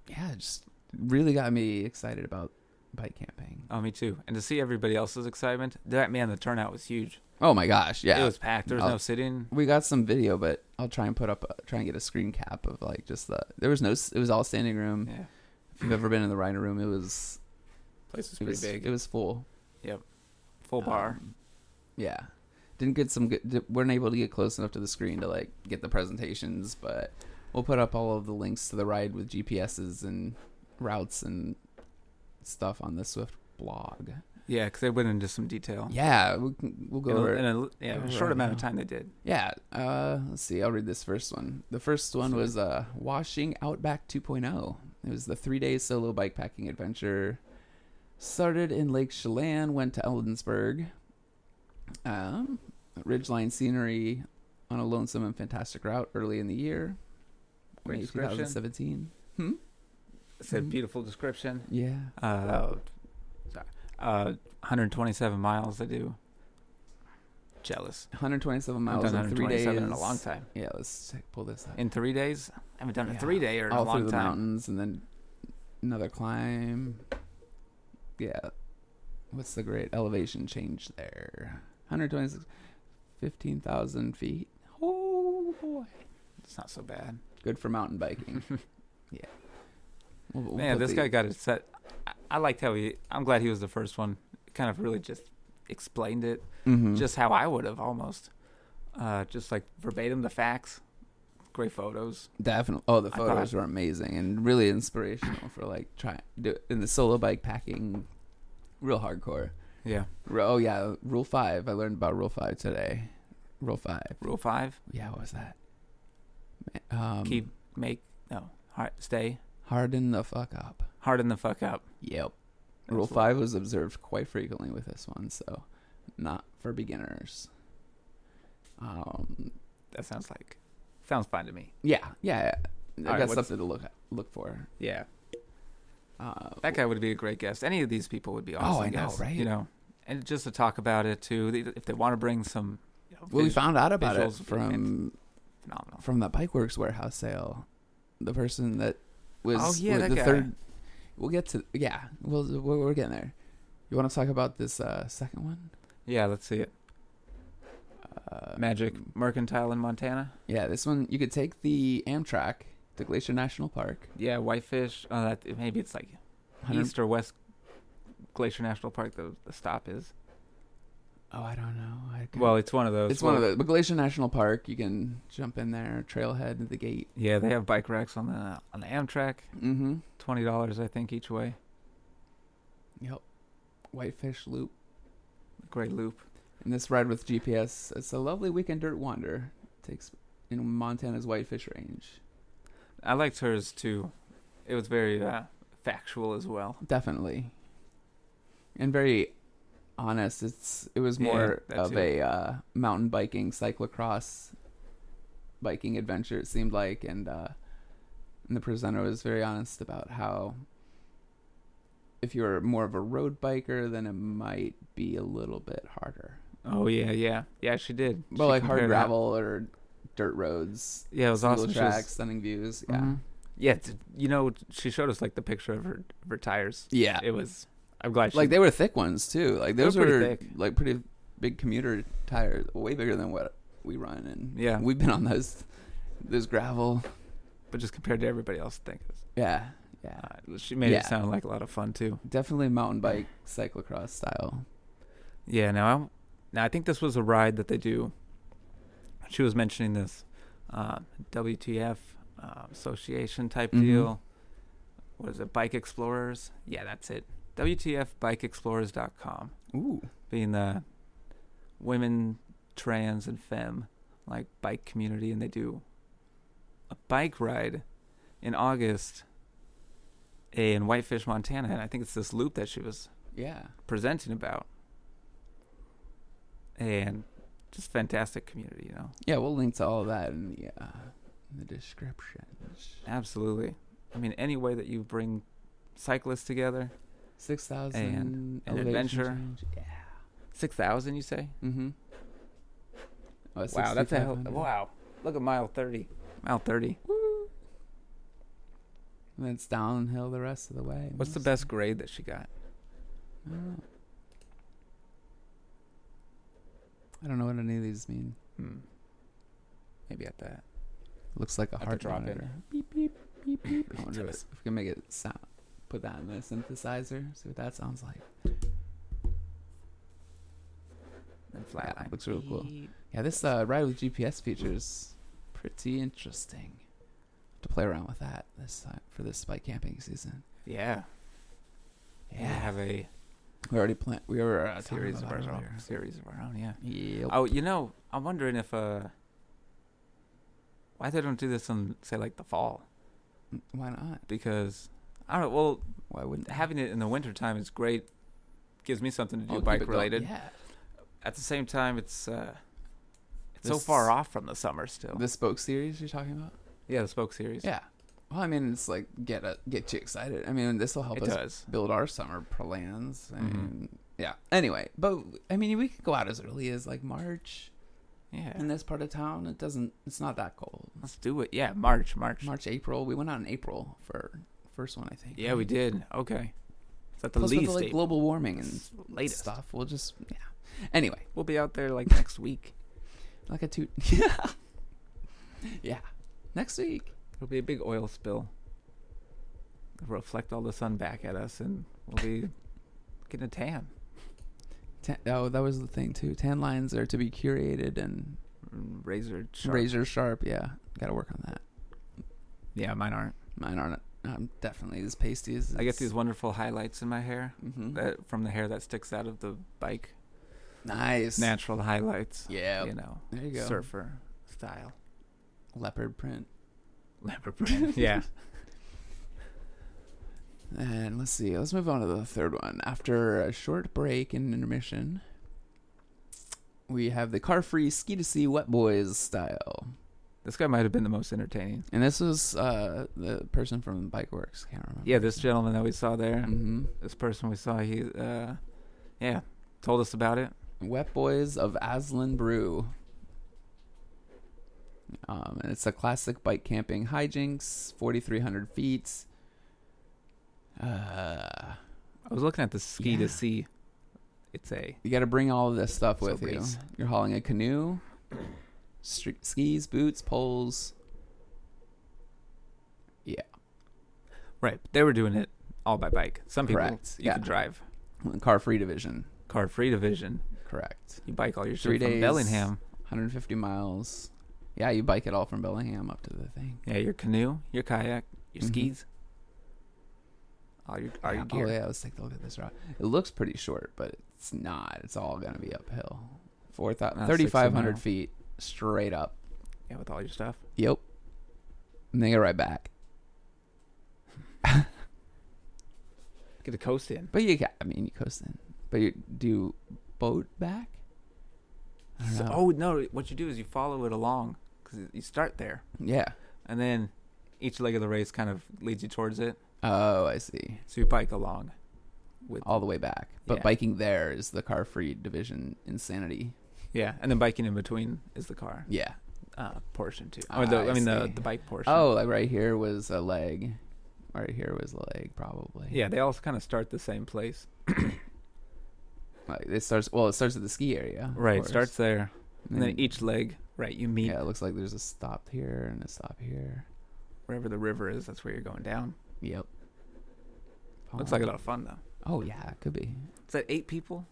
Speaker 1: yeah, just really got me excited about bike camping.
Speaker 2: Oh, me too. And to see everybody else's excitement, that man, the turnout was huge.
Speaker 1: Oh my gosh, yeah, Uh,
Speaker 2: It was packed. There was
Speaker 1: I'll-
Speaker 2: no sitting.
Speaker 1: we got some video, but I'll try and put up, a, try and get a screen cap of like just the. There was no, s- it was all standing room.
Speaker 2: Yeah.
Speaker 1: If you've ever been in the Rhino room, it was
Speaker 2: Place was
Speaker 1: it
Speaker 2: pretty
Speaker 1: was
Speaker 2: big.
Speaker 1: it was full.
Speaker 2: Full bar.
Speaker 1: Um, yeah, didn't get some good. di- weren't able to get close enough to the screen to like get the presentations, but we'll put up all of the links to the ride with GPSs and routes and stuff on the Swift blog.
Speaker 2: Yeah, because they went into some detail.
Speaker 1: Yeah, we can, we'll go
Speaker 2: In a,
Speaker 1: over.
Speaker 2: in a, yeah,
Speaker 1: go
Speaker 2: a
Speaker 1: over
Speaker 2: short
Speaker 1: right
Speaker 2: amount of
Speaker 1: now.
Speaker 2: time they did.
Speaker 1: yeah, uh, let's see. I'll read this first one. The first one was uh, Washing Outback 2.0. It was the three day solo bikepacking adventure. Started in Lake Chelan, went to Ellensburg. Um, ridgeline scenery on a lonesome and fantastic route early in the year.
Speaker 2: Great
Speaker 1: May
Speaker 2: description.
Speaker 1: 2017.
Speaker 2: It's a
Speaker 1: Mhm.
Speaker 2: beautiful description.
Speaker 1: Yeah.
Speaker 2: Uh, sorry. Uh, 127 miles they do. Jealous.
Speaker 1: 127
Speaker 2: I haven't
Speaker 1: miles
Speaker 2: done
Speaker 1: in three days.
Speaker 2: 127 in a long time.
Speaker 1: Yeah, let's check- pull this up.
Speaker 2: In three days? I haven't done a
Speaker 1: Yeah.
Speaker 2: three day or in
Speaker 1: all
Speaker 2: a long
Speaker 1: through the
Speaker 2: time.
Speaker 1: mountains and then another climb. Yeah. What's the great elevation change there? 126, 15,000 feet. Oh boy.
Speaker 2: It's not so bad.
Speaker 1: Good for mountain biking. yeah. We'll- we'll
Speaker 2: Man,
Speaker 1: put
Speaker 2: this
Speaker 1: the-
Speaker 2: guy got it set. I, I liked how he. I'm glad he was the first one. Kind of really just explained it,
Speaker 1: Mhm.
Speaker 2: just how I would have almost, uh, just like verbatim the facts. Great photos.
Speaker 1: definitely. Oh, the
Speaker 2: I thought-
Speaker 1: photos were amazing and really inspirational for like trying do in the solo bike packing, real hardcore.
Speaker 2: Yeah.
Speaker 1: Ru- Oh yeah, rule five. I learned about rule five today. Rule five.
Speaker 2: Rule five:
Speaker 1: Yeah, what was that? Ma- Um,
Speaker 2: keep, make, no, hard, stay,
Speaker 1: harden the fuck up.
Speaker 2: harden the fuck up.
Speaker 1: Yep. Rule
Speaker 2: Absolutely.
Speaker 1: five was observed quite frequently with this one, so not for beginners. Um,
Speaker 2: That sounds like, sounds fine to me.
Speaker 1: yeah, yeah. yeah. I
Speaker 2: All right,
Speaker 1: got
Speaker 2: what's-
Speaker 1: something to look at, look for.
Speaker 2: Yeah.
Speaker 1: Uh,
Speaker 2: That guy would be a great guest. Any of these people would be awesome.
Speaker 1: Oh, I know,
Speaker 2: guests,
Speaker 1: right?
Speaker 2: You know, and just to talk about it too, they- if they want to bring some, you know,
Speaker 1: well, we
Speaker 2: vis-
Speaker 1: found out about it
Speaker 2: visuals were
Speaker 1: from
Speaker 2: phenomenal.
Speaker 1: from the Bike Works warehouse sale. The person that was
Speaker 2: Oh, yeah,
Speaker 1: wa-
Speaker 2: that
Speaker 1: the
Speaker 2: guy.
Speaker 1: third. We'll get to yeah. We'll we're we're getting there. You want to talk about this uh, second one?
Speaker 2: Yeah, let's see it.
Speaker 1: Uh,
Speaker 2: Magic Mercantile in Montana.
Speaker 1: Yeah, this one you could take the Amtrak to Glacier National Park.
Speaker 2: Yeah, Whitefish. Uh, that, maybe it's like
Speaker 1: 100
Speaker 2: east or west Glacier National Park. The, the stop is.
Speaker 1: Oh, I don't know. I couldn't-
Speaker 2: Well, it's one of those.
Speaker 1: it's one of
Speaker 2: Well,
Speaker 1: the but Glacier National Park. You can jump in there, trailhead to the gate.
Speaker 2: Yeah, they have bike racks on the on the Amtrak.
Speaker 1: Mm-hmm.
Speaker 2: Twenty dollars, I think, each way.
Speaker 1: Yep. Whitefish Loop.
Speaker 2: Great loop.
Speaker 1: And this ride with GPS. It's a lovely weekend dirt wander. Takes in Montana's Whitefish Range.
Speaker 2: I liked hers too. It was very uh, factual as well.
Speaker 1: Definitely. And very honest. It's it was
Speaker 2: Yeah,
Speaker 1: more
Speaker 2: that
Speaker 1: of
Speaker 2: too.
Speaker 1: a uh, mountain biking, cyclocross biking adventure it seemed like and uh and the presenter was very honest about how if you're more of a road biker then it might be a little bit harder.
Speaker 2: Oh yeah, yeah, yeah. She did.
Speaker 1: Well
Speaker 2: She
Speaker 1: like hard
Speaker 2: compared that-
Speaker 1: gravel or dirt roads,
Speaker 2: Yeah, it was
Speaker 1: single
Speaker 2: awesome. She was-
Speaker 1: tracks, stunning views. Yeah.
Speaker 2: Mhm. Yeah, t- you know, she showed us like the picture of her of her tires.
Speaker 1: Yeah.
Speaker 2: It was. I'm glad she
Speaker 1: like they were thick ones too. Like
Speaker 2: They were
Speaker 1: those were,
Speaker 2: pretty thick.
Speaker 1: like pretty big commuter tires, way bigger than what we run. And
Speaker 2: Yeah.
Speaker 1: we've been on those those gravel.
Speaker 2: but just compared to everybody else, I think it was-
Speaker 1: Yeah, yeah,
Speaker 2: uh, she made
Speaker 1: Yeah.
Speaker 2: it sound like a lot of fun too.
Speaker 1: definitely mountain bike cyclocross style.
Speaker 2: Yeah, now I'm, now I think this was a ride that they do. She was mentioning this uh, WTF uh, association type
Speaker 1: Mhm.
Speaker 2: deal. What is it? Bike Explorers. Yeah, that's it. WTFBikeExplorers.com
Speaker 1: Ooh.
Speaker 2: being the women, trans, and femme like bike community, and they do a bike ride in August in Whitefish, Montana, and I think it's this loop that she was
Speaker 1: Yeah.
Speaker 2: presenting about, and just fantastic community, you know,
Speaker 1: Yeah, we'll link to all of that in the uh, in the description.
Speaker 2: absolutely. I mean, any way that you bring cyclists together,
Speaker 1: Six
Speaker 2: And
Speaker 1: thousand
Speaker 2: an adventure.
Speaker 1: Yeah.
Speaker 2: six thousand, you say?
Speaker 1: Mm-hmm. Oh,
Speaker 2: Wow, that's a hell. Wow, look at mile thirty. Mile thirty.
Speaker 1: And then it's downhill the rest of the way.
Speaker 2: What's the best grade that she got?
Speaker 1: I don't know. I don't know what any of these mean.
Speaker 2: Hmm. Maybe at that.
Speaker 1: Looks like a
Speaker 2: At the
Speaker 1: heart
Speaker 2: drop-in.
Speaker 1: monitor. Beep beep beep beep. I wonder
Speaker 2: does.
Speaker 1: if we can make it sound. Put that in the synthesizer. See what that sounds like.
Speaker 2: And
Speaker 1: Yeah,
Speaker 2: flatline.
Speaker 1: looks really cool. Yeah, this uh, ride with GPS features pretty interesting. To play around with that this time for this bike camping season.
Speaker 2: Yeah. We have a
Speaker 1: we already planned. We were uh, talking
Speaker 2: series of
Speaker 1: about
Speaker 2: our
Speaker 1: it
Speaker 2: own.
Speaker 1: earlier.
Speaker 2: Series of our own. Yeah.
Speaker 1: Yep.
Speaker 2: Oh, you know, I'm wondering if uh, why they don't do this in say like the fall
Speaker 1: Why not?
Speaker 2: because I don't know. Well,
Speaker 1: Why wouldn't they?
Speaker 2: having it in the winter time is great. Gives me something to do
Speaker 1: Oh, keep it
Speaker 2: bike
Speaker 1: going.
Speaker 2: related.
Speaker 1: Yeah.
Speaker 2: At the same time, it's uh, it's so
Speaker 1: This-
Speaker 2: far off from the summer still.
Speaker 1: The spoke series you're talking about?
Speaker 2: yeah, the spoke series.
Speaker 1: Yeah. Well, I mean, it's like get uh get you excited. I mean, this will help
Speaker 2: it
Speaker 1: us
Speaker 2: does.
Speaker 1: build our summer plans. I
Speaker 2: Mhm.
Speaker 1: mean, yeah. Anyway, but I mean, we could go out as early as like March
Speaker 2: Yeah.
Speaker 1: in this part of town. It doesn't. It's not that cold.
Speaker 2: Let's do it. Yeah, March, March.
Speaker 1: March, April. We went out in April for first one, I think.
Speaker 2: Yeah, we did. Okay. Is that the
Speaker 1: Plus with
Speaker 2: least?
Speaker 1: the, like
Speaker 2: April?
Speaker 1: global warming and
Speaker 2: It's latest.
Speaker 1: stuff. We'll just yeah. Anyway,
Speaker 2: We'll be out there like next week.
Speaker 1: like a toot. yeah. Yeah. Next week.
Speaker 2: It'll be a big oil spill. It'll reflect all the sun back at us, and we'll be getting a tan.
Speaker 1: Tan, oh, that was the thing too. Tan lines are to be curated and
Speaker 2: Mm, Razor sharp.
Speaker 1: razor sharp. Yeah, got to work on that.
Speaker 2: Yeah, mine aren't.
Speaker 1: Mine aren't. I'm definitely as pasty as.
Speaker 2: I get these wonderful highlights in my hair
Speaker 1: hmm
Speaker 2: that from the hair that sticks out of the bike.
Speaker 1: Nice.
Speaker 2: Natural highlights.
Speaker 1: Yeah.
Speaker 2: You know,
Speaker 1: There you go.
Speaker 2: surfer style.
Speaker 1: Leopard print.
Speaker 2: Leopard print. yeah.
Speaker 1: And let's see. Let's move on to the third one. After a short break and intermission, we have the car-free ski to see wet boys style.
Speaker 2: This guy might have been the most entertaining.
Speaker 1: And this was uh, the person from Bike Works. Can't remember.
Speaker 2: Yeah, this gentleman that we saw there.
Speaker 1: Mm-hmm.
Speaker 2: this person we saw he uh yeah told us about it
Speaker 1: Wet Boys of Aslan Brew. Um, and it's a classic bike camping hijinks, 4,300 feet. Uh,
Speaker 2: i was looking at the ski
Speaker 1: Yeah.
Speaker 2: to see it's a
Speaker 1: you got to bring all of this stuff
Speaker 2: So
Speaker 1: with you.
Speaker 2: grease.
Speaker 1: You're hauling a canoe, stre skis, boots, poles.
Speaker 2: right they were doing it all by bike some people
Speaker 1: Correct,
Speaker 2: you
Speaker 1: yeah.
Speaker 2: can drive
Speaker 1: Car free division.
Speaker 2: car free division
Speaker 1: Correct.
Speaker 2: you bike all your
Speaker 1: Three
Speaker 2: shit from
Speaker 1: days.
Speaker 2: bellingham
Speaker 1: 150 miles. Yeah, you bike it all from Bellingham up to the thing.
Speaker 2: yeah your canoe your kayak your
Speaker 1: Mhm.
Speaker 2: skis all your all your gear
Speaker 1: Oh yeah, let's take a look at this route. It looks pretty short, but it's not. It's all gonna be uphill. Four
Speaker 2: About
Speaker 1: thousand,
Speaker 2: 60
Speaker 1: 3,500
Speaker 2: mile.
Speaker 1: feet straight up.
Speaker 2: yeah with all your stuff
Speaker 1: Yep. And they go right back.
Speaker 2: get a coast in
Speaker 1: But you, ca- I mean, you coast in. But you do you boat back. I don't
Speaker 2: so,
Speaker 1: know.
Speaker 2: oh no what you do is you follow it along because you start there
Speaker 1: yeah.
Speaker 2: and then each leg of the race kind of leads you towards it
Speaker 1: Oh, I see.
Speaker 2: so you bike along with
Speaker 1: All the way back. But
Speaker 2: Yeah.
Speaker 1: biking there is the car free division insanity.
Speaker 2: Yeah, and then biking in between is the car
Speaker 1: Yeah.
Speaker 2: uh, portion too. Or the,
Speaker 1: Ah,
Speaker 2: I,
Speaker 1: I
Speaker 2: mean the,
Speaker 1: see.
Speaker 2: the bike portion.
Speaker 1: Oh, like right here was a leg. Right here was a leg, probably.
Speaker 2: yeah, they all kind of start the same place.
Speaker 1: Like it starts. Well, it starts at the ski area. of
Speaker 2: Right,
Speaker 1: course.
Speaker 2: starts there, and then
Speaker 1: Mm.
Speaker 2: each leg. Right, you meet
Speaker 1: Yeah, it looks like there's a stop here and a stop here.
Speaker 2: wherever the river is. That's where you're going down.
Speaker 1: Yep.
Speaker 2: Looks like a
Speaker 1: Pond.
Speaker 2: lot of fun though.
Speaker 1: Oh yeah, it could be.
Speaker 2: Is that eight people?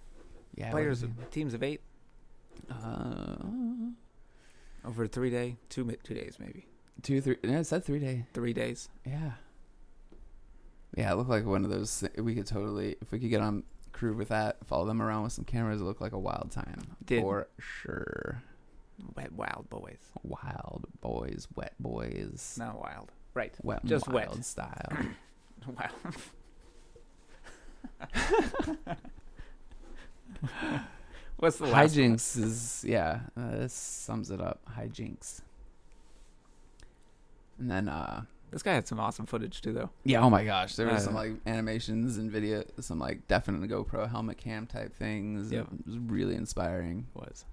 Speaker 1: Yeah.
Speaker 2: Players,
Speaker 1: It
Speaker 2: teams of eight
Speaker 1: would be. Uh,
Speaker 2: over a three day, two mi- two days maybe,
Speaker 1: two, three. No, it said three day.
Speaker 2: three days.
Speaker 1: Yeah. Yeah, it looked like one of those. thi- We could totally, if we could get on crew with that, follow them around with some cameras. It looked like a wild time
Speaker 2: Did.
Speaker 1: for sure.
Speaker 2: Wet wild boys.
Speaker 1: Wild boys, wet boys,
Speaker 2: Not wild.
Speaker 1: wet and
Speaker 2: just wet.
Speaker 1: wild style.
Speaker 2: Wow. What's the last one?
Speaker 1: Hijinks is yeah. Uh, this sums it up. Hijinks. And then uh
Speaker 2: This guy had some awesome footage too, though.
Speaker 1: yeah, oh my gosh, there was
Speaker 2: Uh,
Speaker 1: some like animations and video, some like definite GoPro helmet cam type things.
Speaker 2: Yep.
Speaker 1: It was really inspiring.
Speaker 2: Was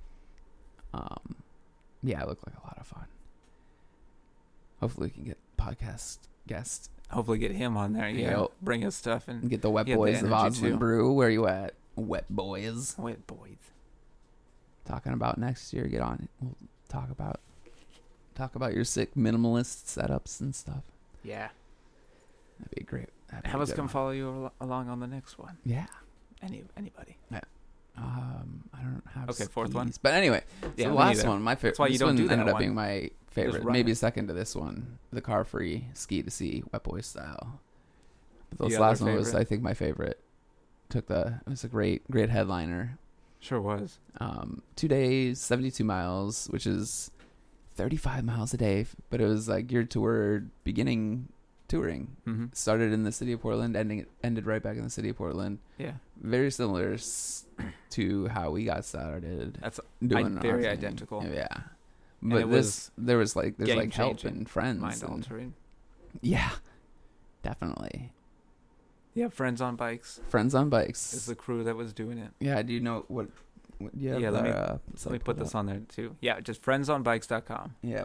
Speaker 1: Um, yeah, it looked like a lot of fun. Hopefully, we can get podcast guests
Speaker 2: hopefully get him on there. Yeah,
Speaker 1: Yep.
Speaker 2: bring his stuff and
Speaker 1: and get the wet
Speaker 2: Yeah, the
Speaker 1: boys of
Speaker 2: energy
Speaker 1: Osmond
Speaker 2: too.
Speaker 1: Brew. Where you at, wet boys?
Speaker 2: wet boys.
Speaker 1: Talking about next year. Get on it. We'll talk about talk about your sick minimalist setups and stuff.
Speaker 2: Yeah,
Speaker 1: That'd be great. That'd be
Speaker 2: have
Speaker 1: a
Speaker 2: us
Speaker 1: good
Speaker 2: come
Speaker 1: one.
Speaker 2: follow you al- along on the next one.
Speaker 1: Yeah.
Speaker 2: Any anybody?
Speaker 1: Um, I don't have.
Speaker 2: Okay, fourth one.
Speaker 1: skis. But anyway,
Speaker 2: Yeah,
Speaker 1: so the
Speaker 2: me
Speaker 1: last
Speaker 2: neither.
Speaker 1: one, my favorite.
Speaker 2: That's why you
Speaker 1: this
Speaker 2: don't one do that
Speaker 1: Ended up
Speaker 2: one.
Speaker 1: being my favorite,
Speaker 2: run
Speaker 1: maybe
Speaker 2: it.
Speaker 1: second to this one, the car free ski to sea wet boy style. But
Speaker 2: The
Speaker 1: this
Speaker 2: other
Speaker 1: last one was,
Speaker 2: favorite.
Speaker 1: I think, my favorite. Took the it was a great, great headliner.
Speaker 2: Sure was.
Speaker 1: Um, two days, seventy-two miles, which is thirty-five miles a day, but it was like geared toward beginning touring.
Speaker 2: Mm-hmm.
Speaker 1: Started in the city of Portland, ending ended right back in the city of Portland
Speaker 2: Yeah,
Speaker 1: very similar s- to how we got started.
Speaker 2: That's
Speaker 1: doing
Speaker 2: i- very
Speaker 1: our thing.
Speaker 2: identical.
Speaker 1: Yeah, but
Speaker 2: it
Speaker 1: this
Speaker 2: was
Speaker 1: there was like there's like help
Speaker 2: game-changing,
Speaker 1: and friends.
Speaker 2: mind
Speaker 1: and-
Speaker 2: altering.
Speaker 1: yeah, definitely
Speaker 2: Yeah, friends on bikes
Speaker 1: friends on bikes.
Speaker 2: is the crew that was doing it.
Speaker 1: yeah, do you know what? what yeah,
Speaker 2: Yeah, let me-
Speaker 1: uh,
Speaker 2: Let me put this on there too. Yeah, just friendsonbikes.com.
Speaker 1: Yeah,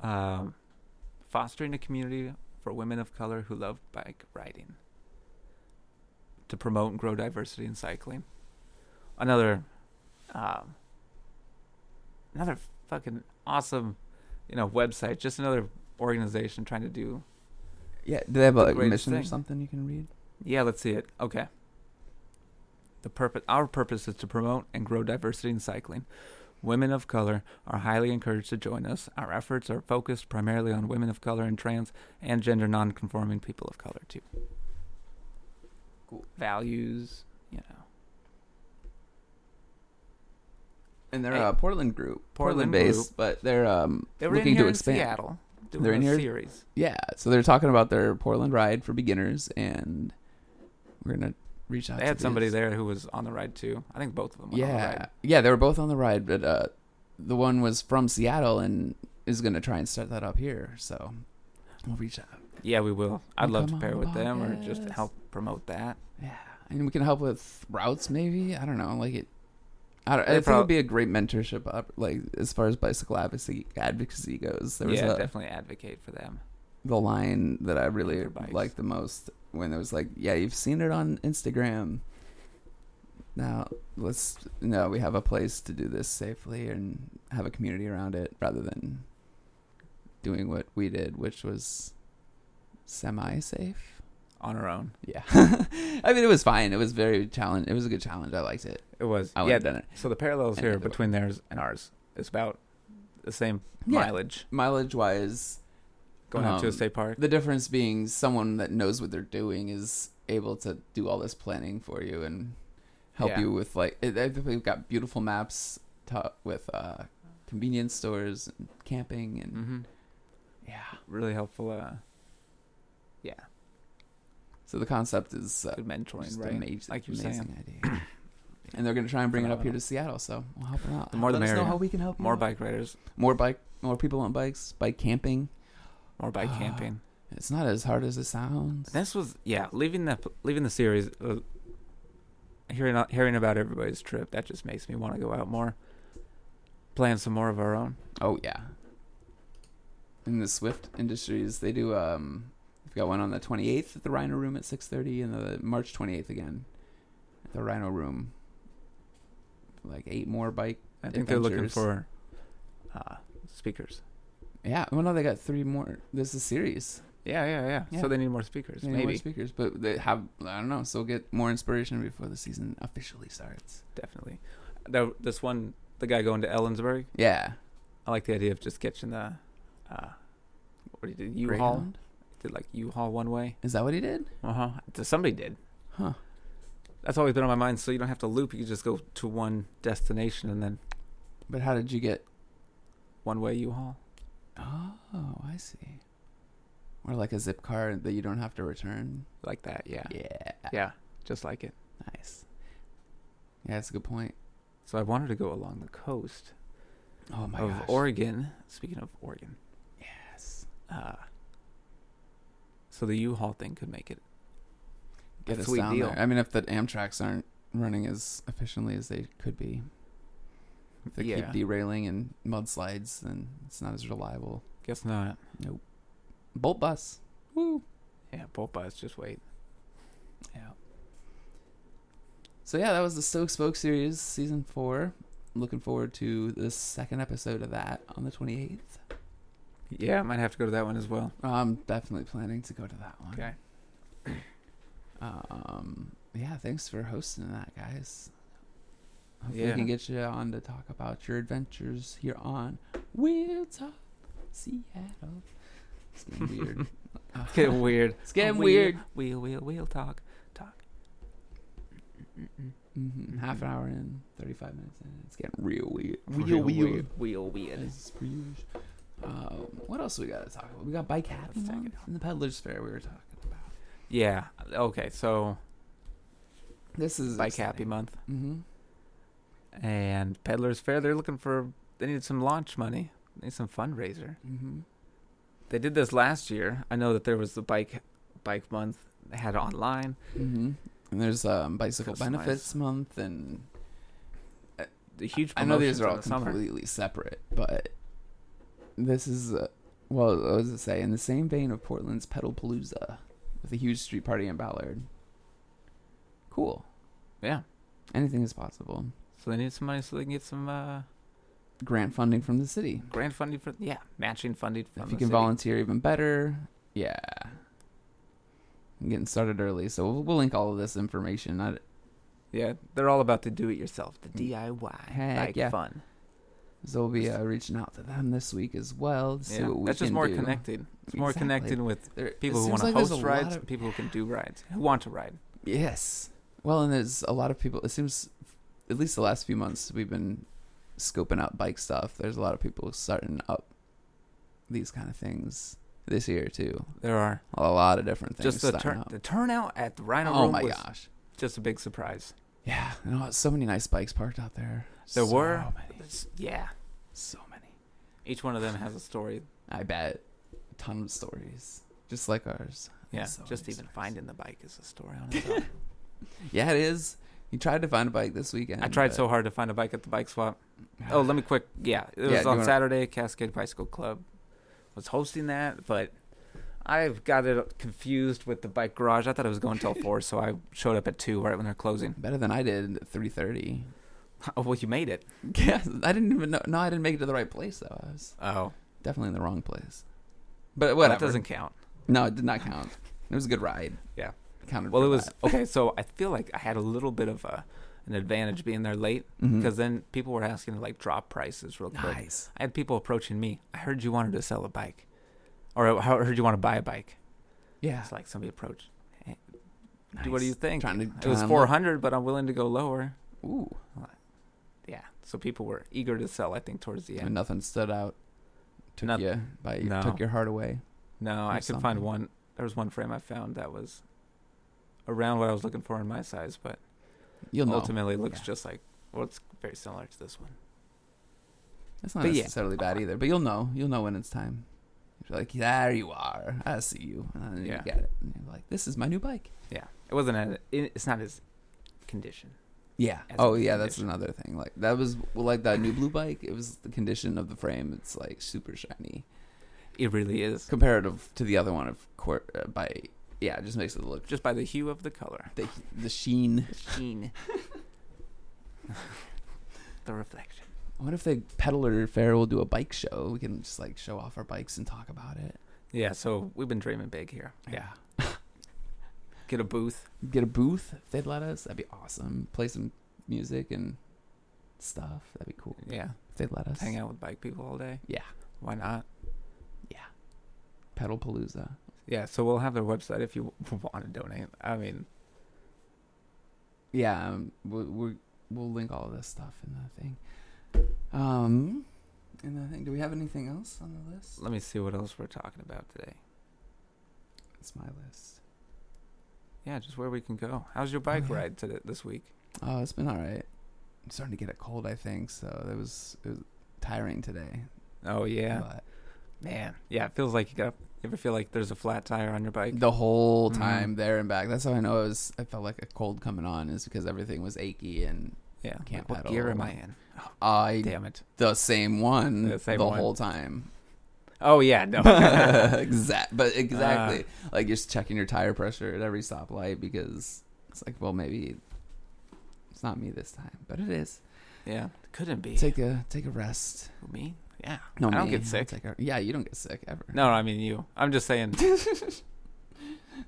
Speaker 2: um, fostering a community for women of color who love bike riding to promote and grow diversity in cycling. Another, um, another fucking awesome, you know, website. Just another organization trying to do.
Speaker 1: yeah. Do they have like, a
Speaker 2: greatest
Speaker 1: mission or
Speaker 2: thing.
Speaker 1: something you can read?
Speaker 2: Yeah, let's see it. Okay. The purpose, our purpose, is to promote and grow diversity in cycling. Women of color are highly encouraged to join us. Our efforts are focused primarily on women of color and trans and gender non-conforming people of color too.
Speaker 1: Cool.
Speaker 2: Values, you know.
Speaker 1: And they're
Speaker 2: Hey.
Speaker 1: a Portland group,
Speaker 2: Portland
Speaker 1: based, but they're um
Speaker 2: They were
Speaker 1: looking
Speaker 2: in here
Speaker 1: to
Speaker 2: in
Speaker 1: expand.
Speaker 2: Seattle doing
Speaker 1: They're in
Speaker 2: a
Speaker 1: here-
Speaker 2: series.
Speaker 1: yeah, so they're talking about their Portland ride for beginners, and we're gonna reach out.
Speaker 2: They
Speaker 1: to
Speaker 2: had
Speaker 1: these-
Speaker 2: somebody there who was on the ride too. I think both of them. Went on the
Speaker 1: yeah
Speaker 2: ride.
Speaker 1: yeah they were both on the ride but uh the one was from seattle and is gonna try and start that up here so we'll reach out
Speaker 2: yeah, we will. I'd
Speaker 1: Oh,
Speaker 2: love to
Speaker 1: come
Speaker 2: pair
Speaker 1: on,
Speaker 2: with them or just
Speaker 1: podcast.
Speaker 2: help promote that.
Speaker 1: yeah and we can help with routes maybe i don't know like it I, don't, I
Speaker 2: They
Speaker 1: think it
Speaker 2: prob-
Speaker 1: would be a great mentorship up, like as far as bicycle advocacy advocacy goes. There was
Speaker 2: yeah,
Speaker 1: a,
Speaker 2: definitely advocate for them.
Speaker 1: the line that I really
Speaker 2: Their bikes.
Speaker 1: liked the most when it was like, "Yeah, you've seen it on Instagram. Now let's no, we have a place to do this safely and have a community around it, rather than doing what we did, which was semi-safe.
Speaker 2: on our own.
Speaker 1: Yeah, I mean it was fine. It was very challenge. It was a good challenge. I liked it.
Speaker 2: It was.
Speaker 1: I would
Speaker 2: yeah.
Speaker 1: have done it.
Speaker 2: So the parallels
Speaker 1: And
Speaker 2: here
Speaker 1: either way.
Speaker 2: between theirs and ours is about the same
Speaker 1: Yeah.
Speaker 2: mileage
Speaker 1: Mileage wise,
Speaker 2: going out to a
Speaker 1: Um,
Speaker 2: state park.
Speaker 1: The difference being someone that knows what they're doing is able to do all this planning for you and help
Speaker 2: Yeah.
Speaker 1: you with like it, I think we've got beautiful maps to, with uh, convenience stores and camping and
Speaker 2: hmm
Speaker 1: yeah.
Speaker 2: Really helpful. Uh, yeah,
Speaker 1: So the concept is uh,
Speaker 2: good mentoring,
Speaker 1: just
Speaker 2: right?
Speaker 1: amazing,
Speaker 2: Like you're
Speaker 1: amazing
Speaker 2: saying,
Speaker 1: idea. And they're going to try and bring it up here
Speaker 2: Phenomenal.
Speaker 1: to Seattle, so we'll help them out.
Speaker 2: The more the
Speaker 1: Let us know
Speaker 2: merrier.
Speaker 1: how we can help you
Speaker 2: more
Speaker 1: out.
Speaker 2: bike riders,
Speaker 1: more bike, more people on bikes, bike camping.
Speaker 2: more bike
Speaker 1: Ah.
Speaker 2: camping.
Speaker 1: It's not as hard as it sounds.
Speaker 2: This was yeah, leaving the leaving the series, uh, hearing uh, hearing about everybody's trip. That just makes me want to go out more, plan some more of our own.
Speaker 1: Oh yeah. In the Swift Industries, they do. Um, we've got one on the 28th at the Rhino Room at 6:30, and the March 28th again at the Rhino Room. Like eight more bike.
Speaker 2: I think they're looking
Speaker 1: Adventures.
Speaker 2: for uh, speakers.
Speaker 1: Yeah, well, no, they got three more. This is a series.
Speaker 2: Yeah, yeah, yeah,
Speaker 1: Yeah.
Speaker 2: So they need more speakers.
Speaker 1: They need more
Speaker 2: maybe,
Speaker 1: speakers, but they have. I don't know. So get more inspiration before the season officially starts.
Speaker 2: definitely. The, this one, the guy going to Ellensburg.
Speaker 1: Yeah.
Speaker 2: I like the idea of just catching the, uh, what do you do, U-Haul?
Speaker 1: Greyhound?
Speaker 2: did like U-Haul one way.
Speaker 1: Is that what he did?
Speaker 2: Uh huh. Somebody did.
Speaker 1: Huh.
Speaker 2: That's always been on my mind. So you don't have to loop. You can just go to one destination and then
Speaker 1: But how did you get?
Speaker 2: one way U-Haul.
Speaker 1: Oh, I see. Or like a zip card that you don't have to return.
Speaker 2: Like that. Yeah.
Speaker 1: Yeah.
Speaker 2: Yeah. Just like it.
Speaker 1: Nice. Yeah, that's a good point.
Speaker 2: So I wanted to go along the coast
Speaker 1: Oh my
Speaker 2: of
Speaker 1: gosh.
Speaker 2: Oregon. Speaking of Oregon,
Speaker 1: yes.
Speaker 2: uh, so the U-Haul thing could make it.
Speaker 1: Get
Speaker 2: a
Speaker 1: us
Speaker 2: sweet
Speaker 1: down
Speaker 2: deal.
Speaker 1: there. I mean, if the Amtrak's aren't running as efficiently as they could be, if they
Speaker 2: Yeah.
Speaker 1: keep derailing and mudslides, then it's not as reliable.
Speaker 2: Guess not.
Speaker 1: Bolt bus. Woo.
Speaker 2: Yeah, both bus. Just wait.
Speaker 1: Yeah. So yeah, that was the Stoke Spoke series, season four. Looking forward to the second episode of that on the twenty eighth.
Speaker 2: Yeah, I might have to go to that one as well.
Speaker 1: I'm definitely planning to go to that one.
Speaker 2: Okay.
Speaker 1: Um. Yeah. Thanks for hosting that, guys. Hopefully
Speaker 2: Yeah.
Speaker 1: we can get you on to talk about your adventures here on We'll Talk Seattle. It's getting weird. Uh,
Speaker 2: It's getting weird.
Speaker 1: it's getting weird.
Speaker 2: We'll, we'll, we'll talk. Talk. Mm-hmm.
Speaker 1: hmm Half an hour in, thirty-five minutes in, it's getting real weird.
Speaker 2: Real weird.
Speaker 1: This is pretty huge. Um, what else we got to talk about? We got bike happy
Speaker 2: Let's talk
Speaker 1: month
Speaker 2: about-
Speaker 1: and the peddlers fair we were talking about.
Speaker 2: Yeah. Okay, so
Speaker 1: This is
Speaker 2: Bike Happy Month
Speaker 1: Mm-hmm.
Speaker 2: and Peddlers Fair, they're looking for, they need some launch money. They need some fundraiser.
Speaker 1: Mm-hmm.
Speaker 2: They did this last year. I know that there was the Bike Bike Month. They had it online.
Speaker 1: Mm-hmm. And there's um, bicycle
Speaker 2: Customized.
Speaker 1: benefits month, and
Speaker 2: The huge
Speaker 1: I know
Speaker 2: promotions
Speaker 1: these are
Speaker 2: in
Speaker 1: all
Speaker 2: the summer.
Speaker 1: completely separate, but this is uh, well, what does it say? In the same vein of Portland's Pedalpalooza, with a huge street party in Ballard. Cool.
Speaker 2: Yeah.
Speaker 1: Anything is possible.
Speaker 2: So they need some money so they can get some uh,
Speaker 1: Grant funding from the city.
Speaker 2: grant funding for, yeah, matching funding from
Speaker 1: if
Speaker 2: the
Speaker 1: you can
Speaker 2: city.
Speaker 1: volunteer even better yeah i'm getting started early so we'll, we'll link all of this information I,
Speaker 2: Yeah, they're all about the do it yourself, the DIY,
Speaker 1: Mm. Heck
Speaker 2: like
Speaker 1: yeah.
Speaker 2: fun.
Speaker 1: so we'll be uh, reaching out to them this week as well to see
Speaker 2: Yeah,
Speaker 1: what we
Speaker 2: that's
Speaker 1: can
Speaker 2: just more
Speaker 1: do.
Speaker 2: connected. It's more
Speaker 1: Exactly.
Speaker 2: connected with
Speaker 1: There-
Speaker 2: people who
Speaker 1: it seems
Speaker 2: want to
Speaker 1: like there's
Speaker 2: host
Speaker 1: a lot
Speaker 2: rides,
Speaker 1: of-
Speaker 2: people who can do rides, who want to ride.
Speaker 1: yes well and there's a lot of people it seems at least the last few months we've been scoping out bike stuff there's a lot of people starting up these kind of things this year too
Speaker 2: There are
Speaker 1: a lot of different things
Speaker 2: just the
Speaker 1: starting
Speaker 2: turn
Speaker 1: up.
Speaker 2: the turnout at the Rhino
Speaker 1: oh
Speaker 2: Room
Speaker 1: my
Speaker 2: was
Speaker 1: gosh
Speaker 2: just a big surprise.
Speaker 1: yeah and all- so many nice bikes parked out there
Speaker 2: There
Speaker 1: So
Speaker 2: were.
Speaker 1: many.
Speaker 2: It's- yeah,
Speaker 1: So many.
Speaker 2: each one of them has a story.
Speaker 1: I bet. A ton of stories. Just like ours.
Speaker 2: Yeah,
Speaker 1: So
Speaker 2: just
Speaker 1: many
Speaker 2: even
Speaker 1: stories.
Speaker 2: finding the bike is a story on its own.
Speaker 1: Yeah, it is. You tried to find a bike this weekend.
Speaker 2: I tried
Speaker 1: but-
Speaker 2: so hard to find a bike at the bike swap. Oh, let me quick. Yeah, it was
Speaker 1: Yeah, do you
Speaker 2: on
Speaker 1: wanna-
Speaker 2: Saturday. Cascade Bicycle Club was hosting that, but I've got it confused with the bike garage. I thought it was going till four, so I showed up at two right when they're closing.
Speaker 1: Better than I did at 3.30.
Speaker 2: Oh, well, you made it.
Speaker 1: Yeah, I didn't even know. No, I didn't make it to the right place, though. I was
Speaker 2: Oh,
Speaker 1: definitely in the wrong place. But
Speaker 2: well,
Speaker 1: whatever.
Speaker 2: that doesn't count.
Speaker 1: no, it did not count. It was a good ride.
Speaker 2: Yeah.
Speaker 1: It counted
Speaker 2: Well,
Speaker 1: for
Speaker 2: it was
Speaker 1: that.
Speaker 2: okay. So I feel like I had a little bit of a an advantage being there late
Speaker 1: Mhm.
Speaker 2: because then people were asking to like drop prices real quick.
Speaker 1: Nice.
Speaker 2: I had people approaching me. I heard you wanted to sell a bike, or I heard you want to buy a bike.
Speaker 1: Yeah.
Speaker 2: It's like somebody approached. "Hey,
Speaker 1: Nice.
Speaker 2: do- What do you think?
Speaker 1: Trying to,
Speaker 2: It was
Speaker 1: trying to-
Speaker 2: 400, but I'm willing to go lower.
Speaker 1: Ooh.
Speaker 2: Yeah. So people were eager to sell, I think, towards the
Speaker 1: And
Speaker 2: end.
Speaker 1: nothing stood out. Took
Speaker 2: Noth-
Speaker 1: you by
Speaker 2: No.
Speaker 1: took your heart away.
Speaker 2: No, I
Speaker 1: or
Speaker 2: could
Speaker 1: something.
Speaker 2: find one. There was one frame I found that was around what I was looking for in my size, but
Speaker 1: You'll know.
Speaker 2: ultimately looks
Speaker 1: Yeah.
Speaker 2: just like, well, it's very similar to this one.
Speaker 1: That's not
Speaker 2: But yeah.
Speaker 1: necessarily bad either, but you'll know. You'll know when it's time. You're like, there you are. I see you. And then
Speaker 2: Yeah.
Speaker 1: you get it. And you're like, this is my new bike.
Speaker 2: Yeah. It wasn't, a, it- it's not his condition.
Speaker 1: Yeah.
Speaker 2: As
Speaker 1: Oh,
Speaker 2: a
Speaker 1: yeah. That's
Speaker 2: condition.
Speaker 1: another thing. Like that was well, like that new blue bike. It was the condition of the frame. It's like super shiny
Speaker 2: It really is.
Speaker 1: comparative to the other one. Of course, uh, by yeah, it just makes it look
Speaker 2: Just by the hue of the color,
Speaker 1: the the sheen.
Speaker 2: the sheen, the reflection.
Speaker 1: What if the peddler fair will do a bike show? We can just like show off our bikes and talk about it.
Speaker 2: Yeah. So we've been dreaming big here. Yeah. Get a booth.
Speaker 1: get a booth if they'd let us. That'd be awesome. Play some music and stuff. That'd be cool
Speaker 2: Yeah.
Speaker 1: if they'd let us.
Speaker 2: Hang out with bike people all day.
Speaker 1: Yeah.
Speaker 2: Why not?
Speaker 1: Pedal Palooza.
Speaker 2: Yeah, so we'll have their website if you want to donate. I mean,
Speaker 1: Yeah, um, we'll, we'll we'll link all of this stuff in the thing. Um, and I think do we have anything else on the list?
Speaker 2: let me see what else we're talking about today.
Speaker 1: It's my list.
Speaker 2: Yeah, just where we can go. How's your bike
Speaker 1: Okay.
Speaker 2: ride today this week?
Speaker 1: Oh, it's been all right. I'm starting to get a cold, I think. So it was it was tiring today.
Speaker 2: Oh yeah,
Speaker 1: but
Speaker 2: man. Yeah, it feels like you got. You ever feel like there's a flat tire on your bike?
Speaker 1: the whole
Speaker 2: Mhm.
Speaker 1: time there and back. That's how I know it was. I felt like a cold coming on is because everything was achy and
Speaker 2: yeah.
Speaker 1: can't
Speaker 2: like, what
Speaker 1: pedal.
Speaker 2: gear am I in?
Speaker 1: I
Speaker 2: Damn it.
Speaker 1: the same one the,
Speaker 2: The same one.
Speaker 1: whole time.
Speaker 2: Oh yeah, no. Uh.
Speaker 1: exact, but exactly. like just checking your tire pressure at every stoplight because it's like, well, maybe it's not me this time, but it is.
Speaker 2: yeah, couldn't be
Speaker 1: Take a take a rest.
Speaker 2: me. Yeah, I don't
Speaker 1: me.
Speaker 2: get sick.
Speaker 1: Take a- yeah, you don't get sick ever.
Speaker 2: No, I mean you. I'm just saying
Speaker 1: it's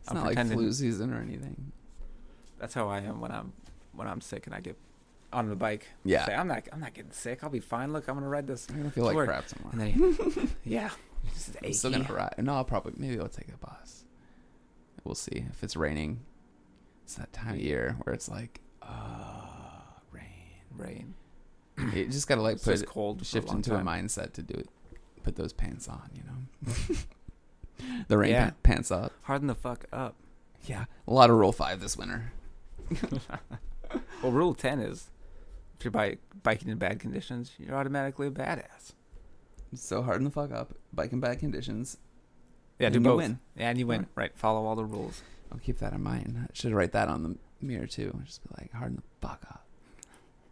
Speaker 2: I'm
Speaker 1: not like
Speaker 2: pretending.
Speaker 1: flu season or anything.
Speaker 2: that's how I am when I'm when I'm sick and I get on the bike.
Speaker 1: Yeah,
Speaker 2: Say, I'm not I'm not getting sick. I'll be fine. Look, I'm gonna ride this.
Speaker 1: I'm gonna feel like
Speaker 2: Work.
Speaker 1: crap tomorrow.
Speaker 2: And then yeah, this is
Speaker 1: I'm still
Speaker 2: achy.
Speaker 1: gonna ride. No, I'll probably maybe I'll take a bus. We'll see if it's raining. It's that time of year where it's like, uh rain.
Speaker 2: rain.
Speaker 1: You just gotta like
Speaker 2: It's just
Speaker 1: put
Speaker 2: cold. for
Speaker 1: shift
Speaker 2: a long
Speaker 1: into
Speaker 2: time.
Speaker 1: a mindset to do it. Put those pants on, you know. the rain
Speaker 2: Yeah.
Speaker 1: pa- pants up.
Speaker 2: Harden the fuck up.
Speaker 1: Yeah, a lot of Rule Five this winter.
Speaker 2: Well, rule ten is if you're bike, biking in bad conditions, you're automatically a badass.
Speaker 1: So harden the fuck up. Bike in bad conditions.
Speaker 2: Yeah,
Speaker 1: and
Speaker 2: do
Speaker 1: you
Speaker 2: both.
Speaker 1: win.
Speaker 2: Yeah, and you win. Right. Follow all the rules.
Speaker 1: I'll keep that in mind. I should write that on the mirror too. Just be like, harden the fuck up.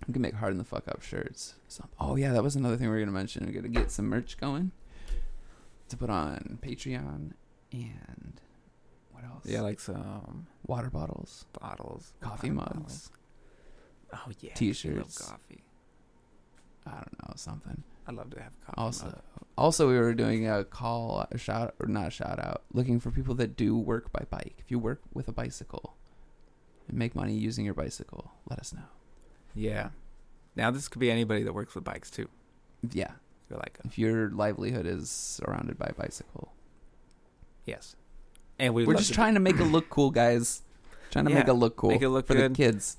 Speaker 1: We can make harden the fuck up shirts. So, oh yeah, that was another thing we were gonna mention. We're gonna get some merch going to put on Patreon and what else?
Speaker 2: Yeah, like some
Speaker 1: water bottles,
Speaker 2: bottles,
Speaker 1: coffee
Speaker 2: wine
Speaker 1: mugs.
Speaker 2: bottles. Oh yeah,
Speaker 1: T-shirts.
Speaker 2: I love coffee.
Speaker 1: I don't know something.
Speaker 2: I love to have a coffee.
Speaker 1: Also,
Speaker 2: mug.
Speaker 1: also we were doing a call, a shout or not a shout out, looking for people that do work by bike. If you work with a bicycle and make money using your bicycle, let us know.
Speaker 2: yeah. Now this could be anybody that works with bikes too.
Speaker 1: Yeah,
Speaker 2: You're like,
Speaker 1: if your livelihood is surrounded by bicycle.
Speaker 2: yes. And we
Speaker 1: We're just trying to make it look cool, guys. Trying to make
Speaker 2: Yeah,
Speaker 1: it look cool
Speaker 2: make it look
Speaker 1: for
Speaker 2: good.
Speaker 1: the kids.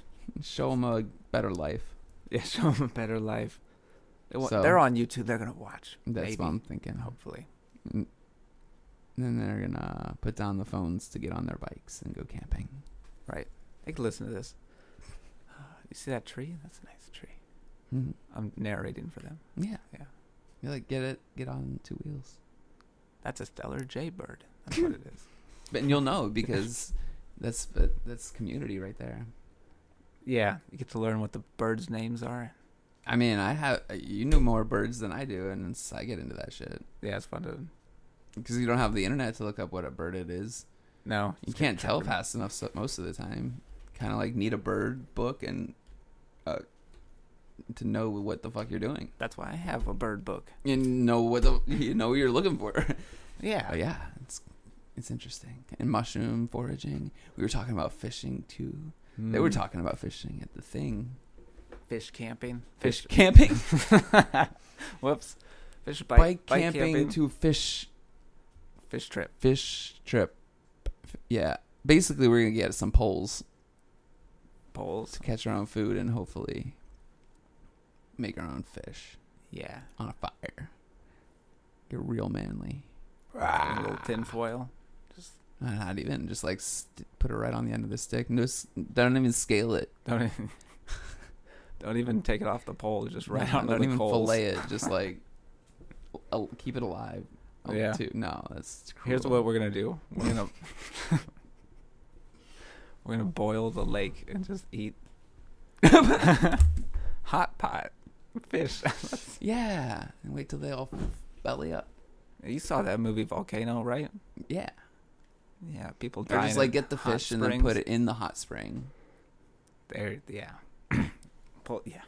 Speaker 1: Show them a better life.
Speaker 2: yeah, show them a better life. They wa-
Speaker 1: So-
Speaker 2: they're on YouTube. They're gonna watch.
Speaker 1: That's
Speaker 2: maybe,
Speaker 1: what I'm thinking.
Speaker 2: hopefully.
Speaker 1: Then they're gonna put down the phones to get on their bikes and go camping.
Speaker 2: They can listen to this. You see that tree? That's a nice tree.
Speaker 1: Mhm.
Speaker 2: I'm narrating for them.
Speaker 1: Yeah,
Speaker 2: Yeah.
Speaker 1: You're like, get it, get on two wheels.
Speaker 2: That's a stellar jaybird. That's what it is.
Speaker 1: But and you'll know because that's that's community right there.
Speaker 2: Yeah, you get to learn what the birds' names are.
Speaker 1: I mean, I have you know more birds than I do, and it's, I get into that shit
Speaker 2: Yeah, it's fun to.
Speaker 1: because you don't have the internet to look up what a bird it is.
Speaker 2: No,
Speaker 1: You
Speaker 2: it's kinda
Speaker 1: can't tell
Speaker 2: trippy.
Speaker 1: fast enough so, most of the time. Kind of like need a bird book and uh, to know what the fuck you're doing
Speaker 2: That's why I have a bird book.
Speaker 1: and know what the you know what you're looking for.
Speaker 2: Yeah.
Speaker 1: oh yeah, it's it's interesting. And mushroom foraging. We were talking about fishing too. They were
Speaker 2: Mm.
Speaker 1: talking about fishing at the thing.
Speaker 2: fish camping,
Speaker 1: Fish
Speaker 2: fish.
Speaker 1: camping,
Speaker 2: Whoops, fish bike,
Speaker 1: bike, camping, to fish
Speaker 2: fish trip.
Speaker 1: fish trip. F- Yeah, basically we're gonna get some poles
Speaker 2: Poles.
Speaker 1: to catch our own food and hopefully make our own fish
Speaker 2: Yeah.
Speaker 1: on a fire. Get real manly.
Speaker 2: A little tin foil. Just
Speaker 1: Uh, Not even just like st- put it right on the end of the stick. No, s- don't even scale it.
Speaker 2: don't even, don't even take it off the pole. Just right
Speaker 1: No,
Speaker 2: on
Speaker 1: Don't
Speaker 2: the
Speaker 1: even
Speaker 2: coals.
Speaker 1: fillet it. Just like al- keep it alive. Oh,
Speaker 2: Yeah.
Speaker 1: too- No, that's cruel.
Speaker 2: Here's what we're gonna do. We're gonna we're gonna boil the lake and just eat hot pot fish.
Speaker 1: Yeah, and wait till they all belly up.
Speaker 2: you saw that movie Volcano, right?
Speaker 1: Yeah.
Speaker 2: Yeah, people
Speaker 1: Or
Speaker 2: die.
Speaker 1: just like get the fish and then put it in the hot spring.
Speaker 2: there. Yeah, Pull, yeah.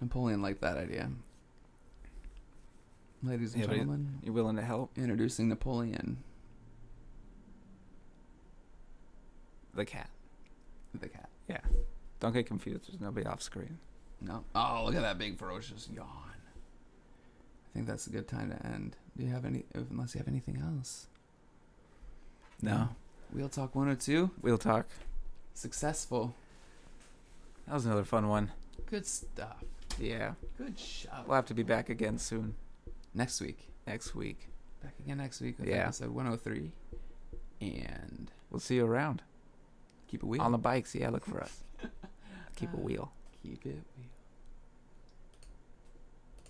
Speaker 1: Napoleon liked that idea. Ladies and
Speaker 2: Yeah, but it-
Speaker 1: gentlemen,
Speaker 2: You willing to help
Speaker 1: introducing Napoleon,
Speaker 2: the cat?
Speaker 1: the cat.
Speaker 2: Don't get confused. There's nobody off screen.
Speaker 1: No. Oh, look at that big ferocious yawn. I think that's a good time to end. Do you have any? Unless you have anything else.
Speaker 2: No.
Speaker 1: Wheel Talk 102.
Speaker 2: Wheel talk.
Speaker 1: Successful.
Speaker 2: That was another fun one.
Speaker 1: Good stuff.
Speaker 2: Yeah.
Speaker 1: Good shot.
Speaker 2: We'll have to be back again soon
Speaker 1: Next week.
Speaker 2: next week.
Speaker 1: Back again next week with
Speaker 2: Yeah.
Speaker 1: episode 103. And
Speaker 2: We'll see you around
Speaker 1: keep it wheel.
Speaker 2: on the bikes. Yeah, look for us. Keep a
Speaker 1: Uh,
Speaker 2: wheel.
Speaker 1: Keep it wheel.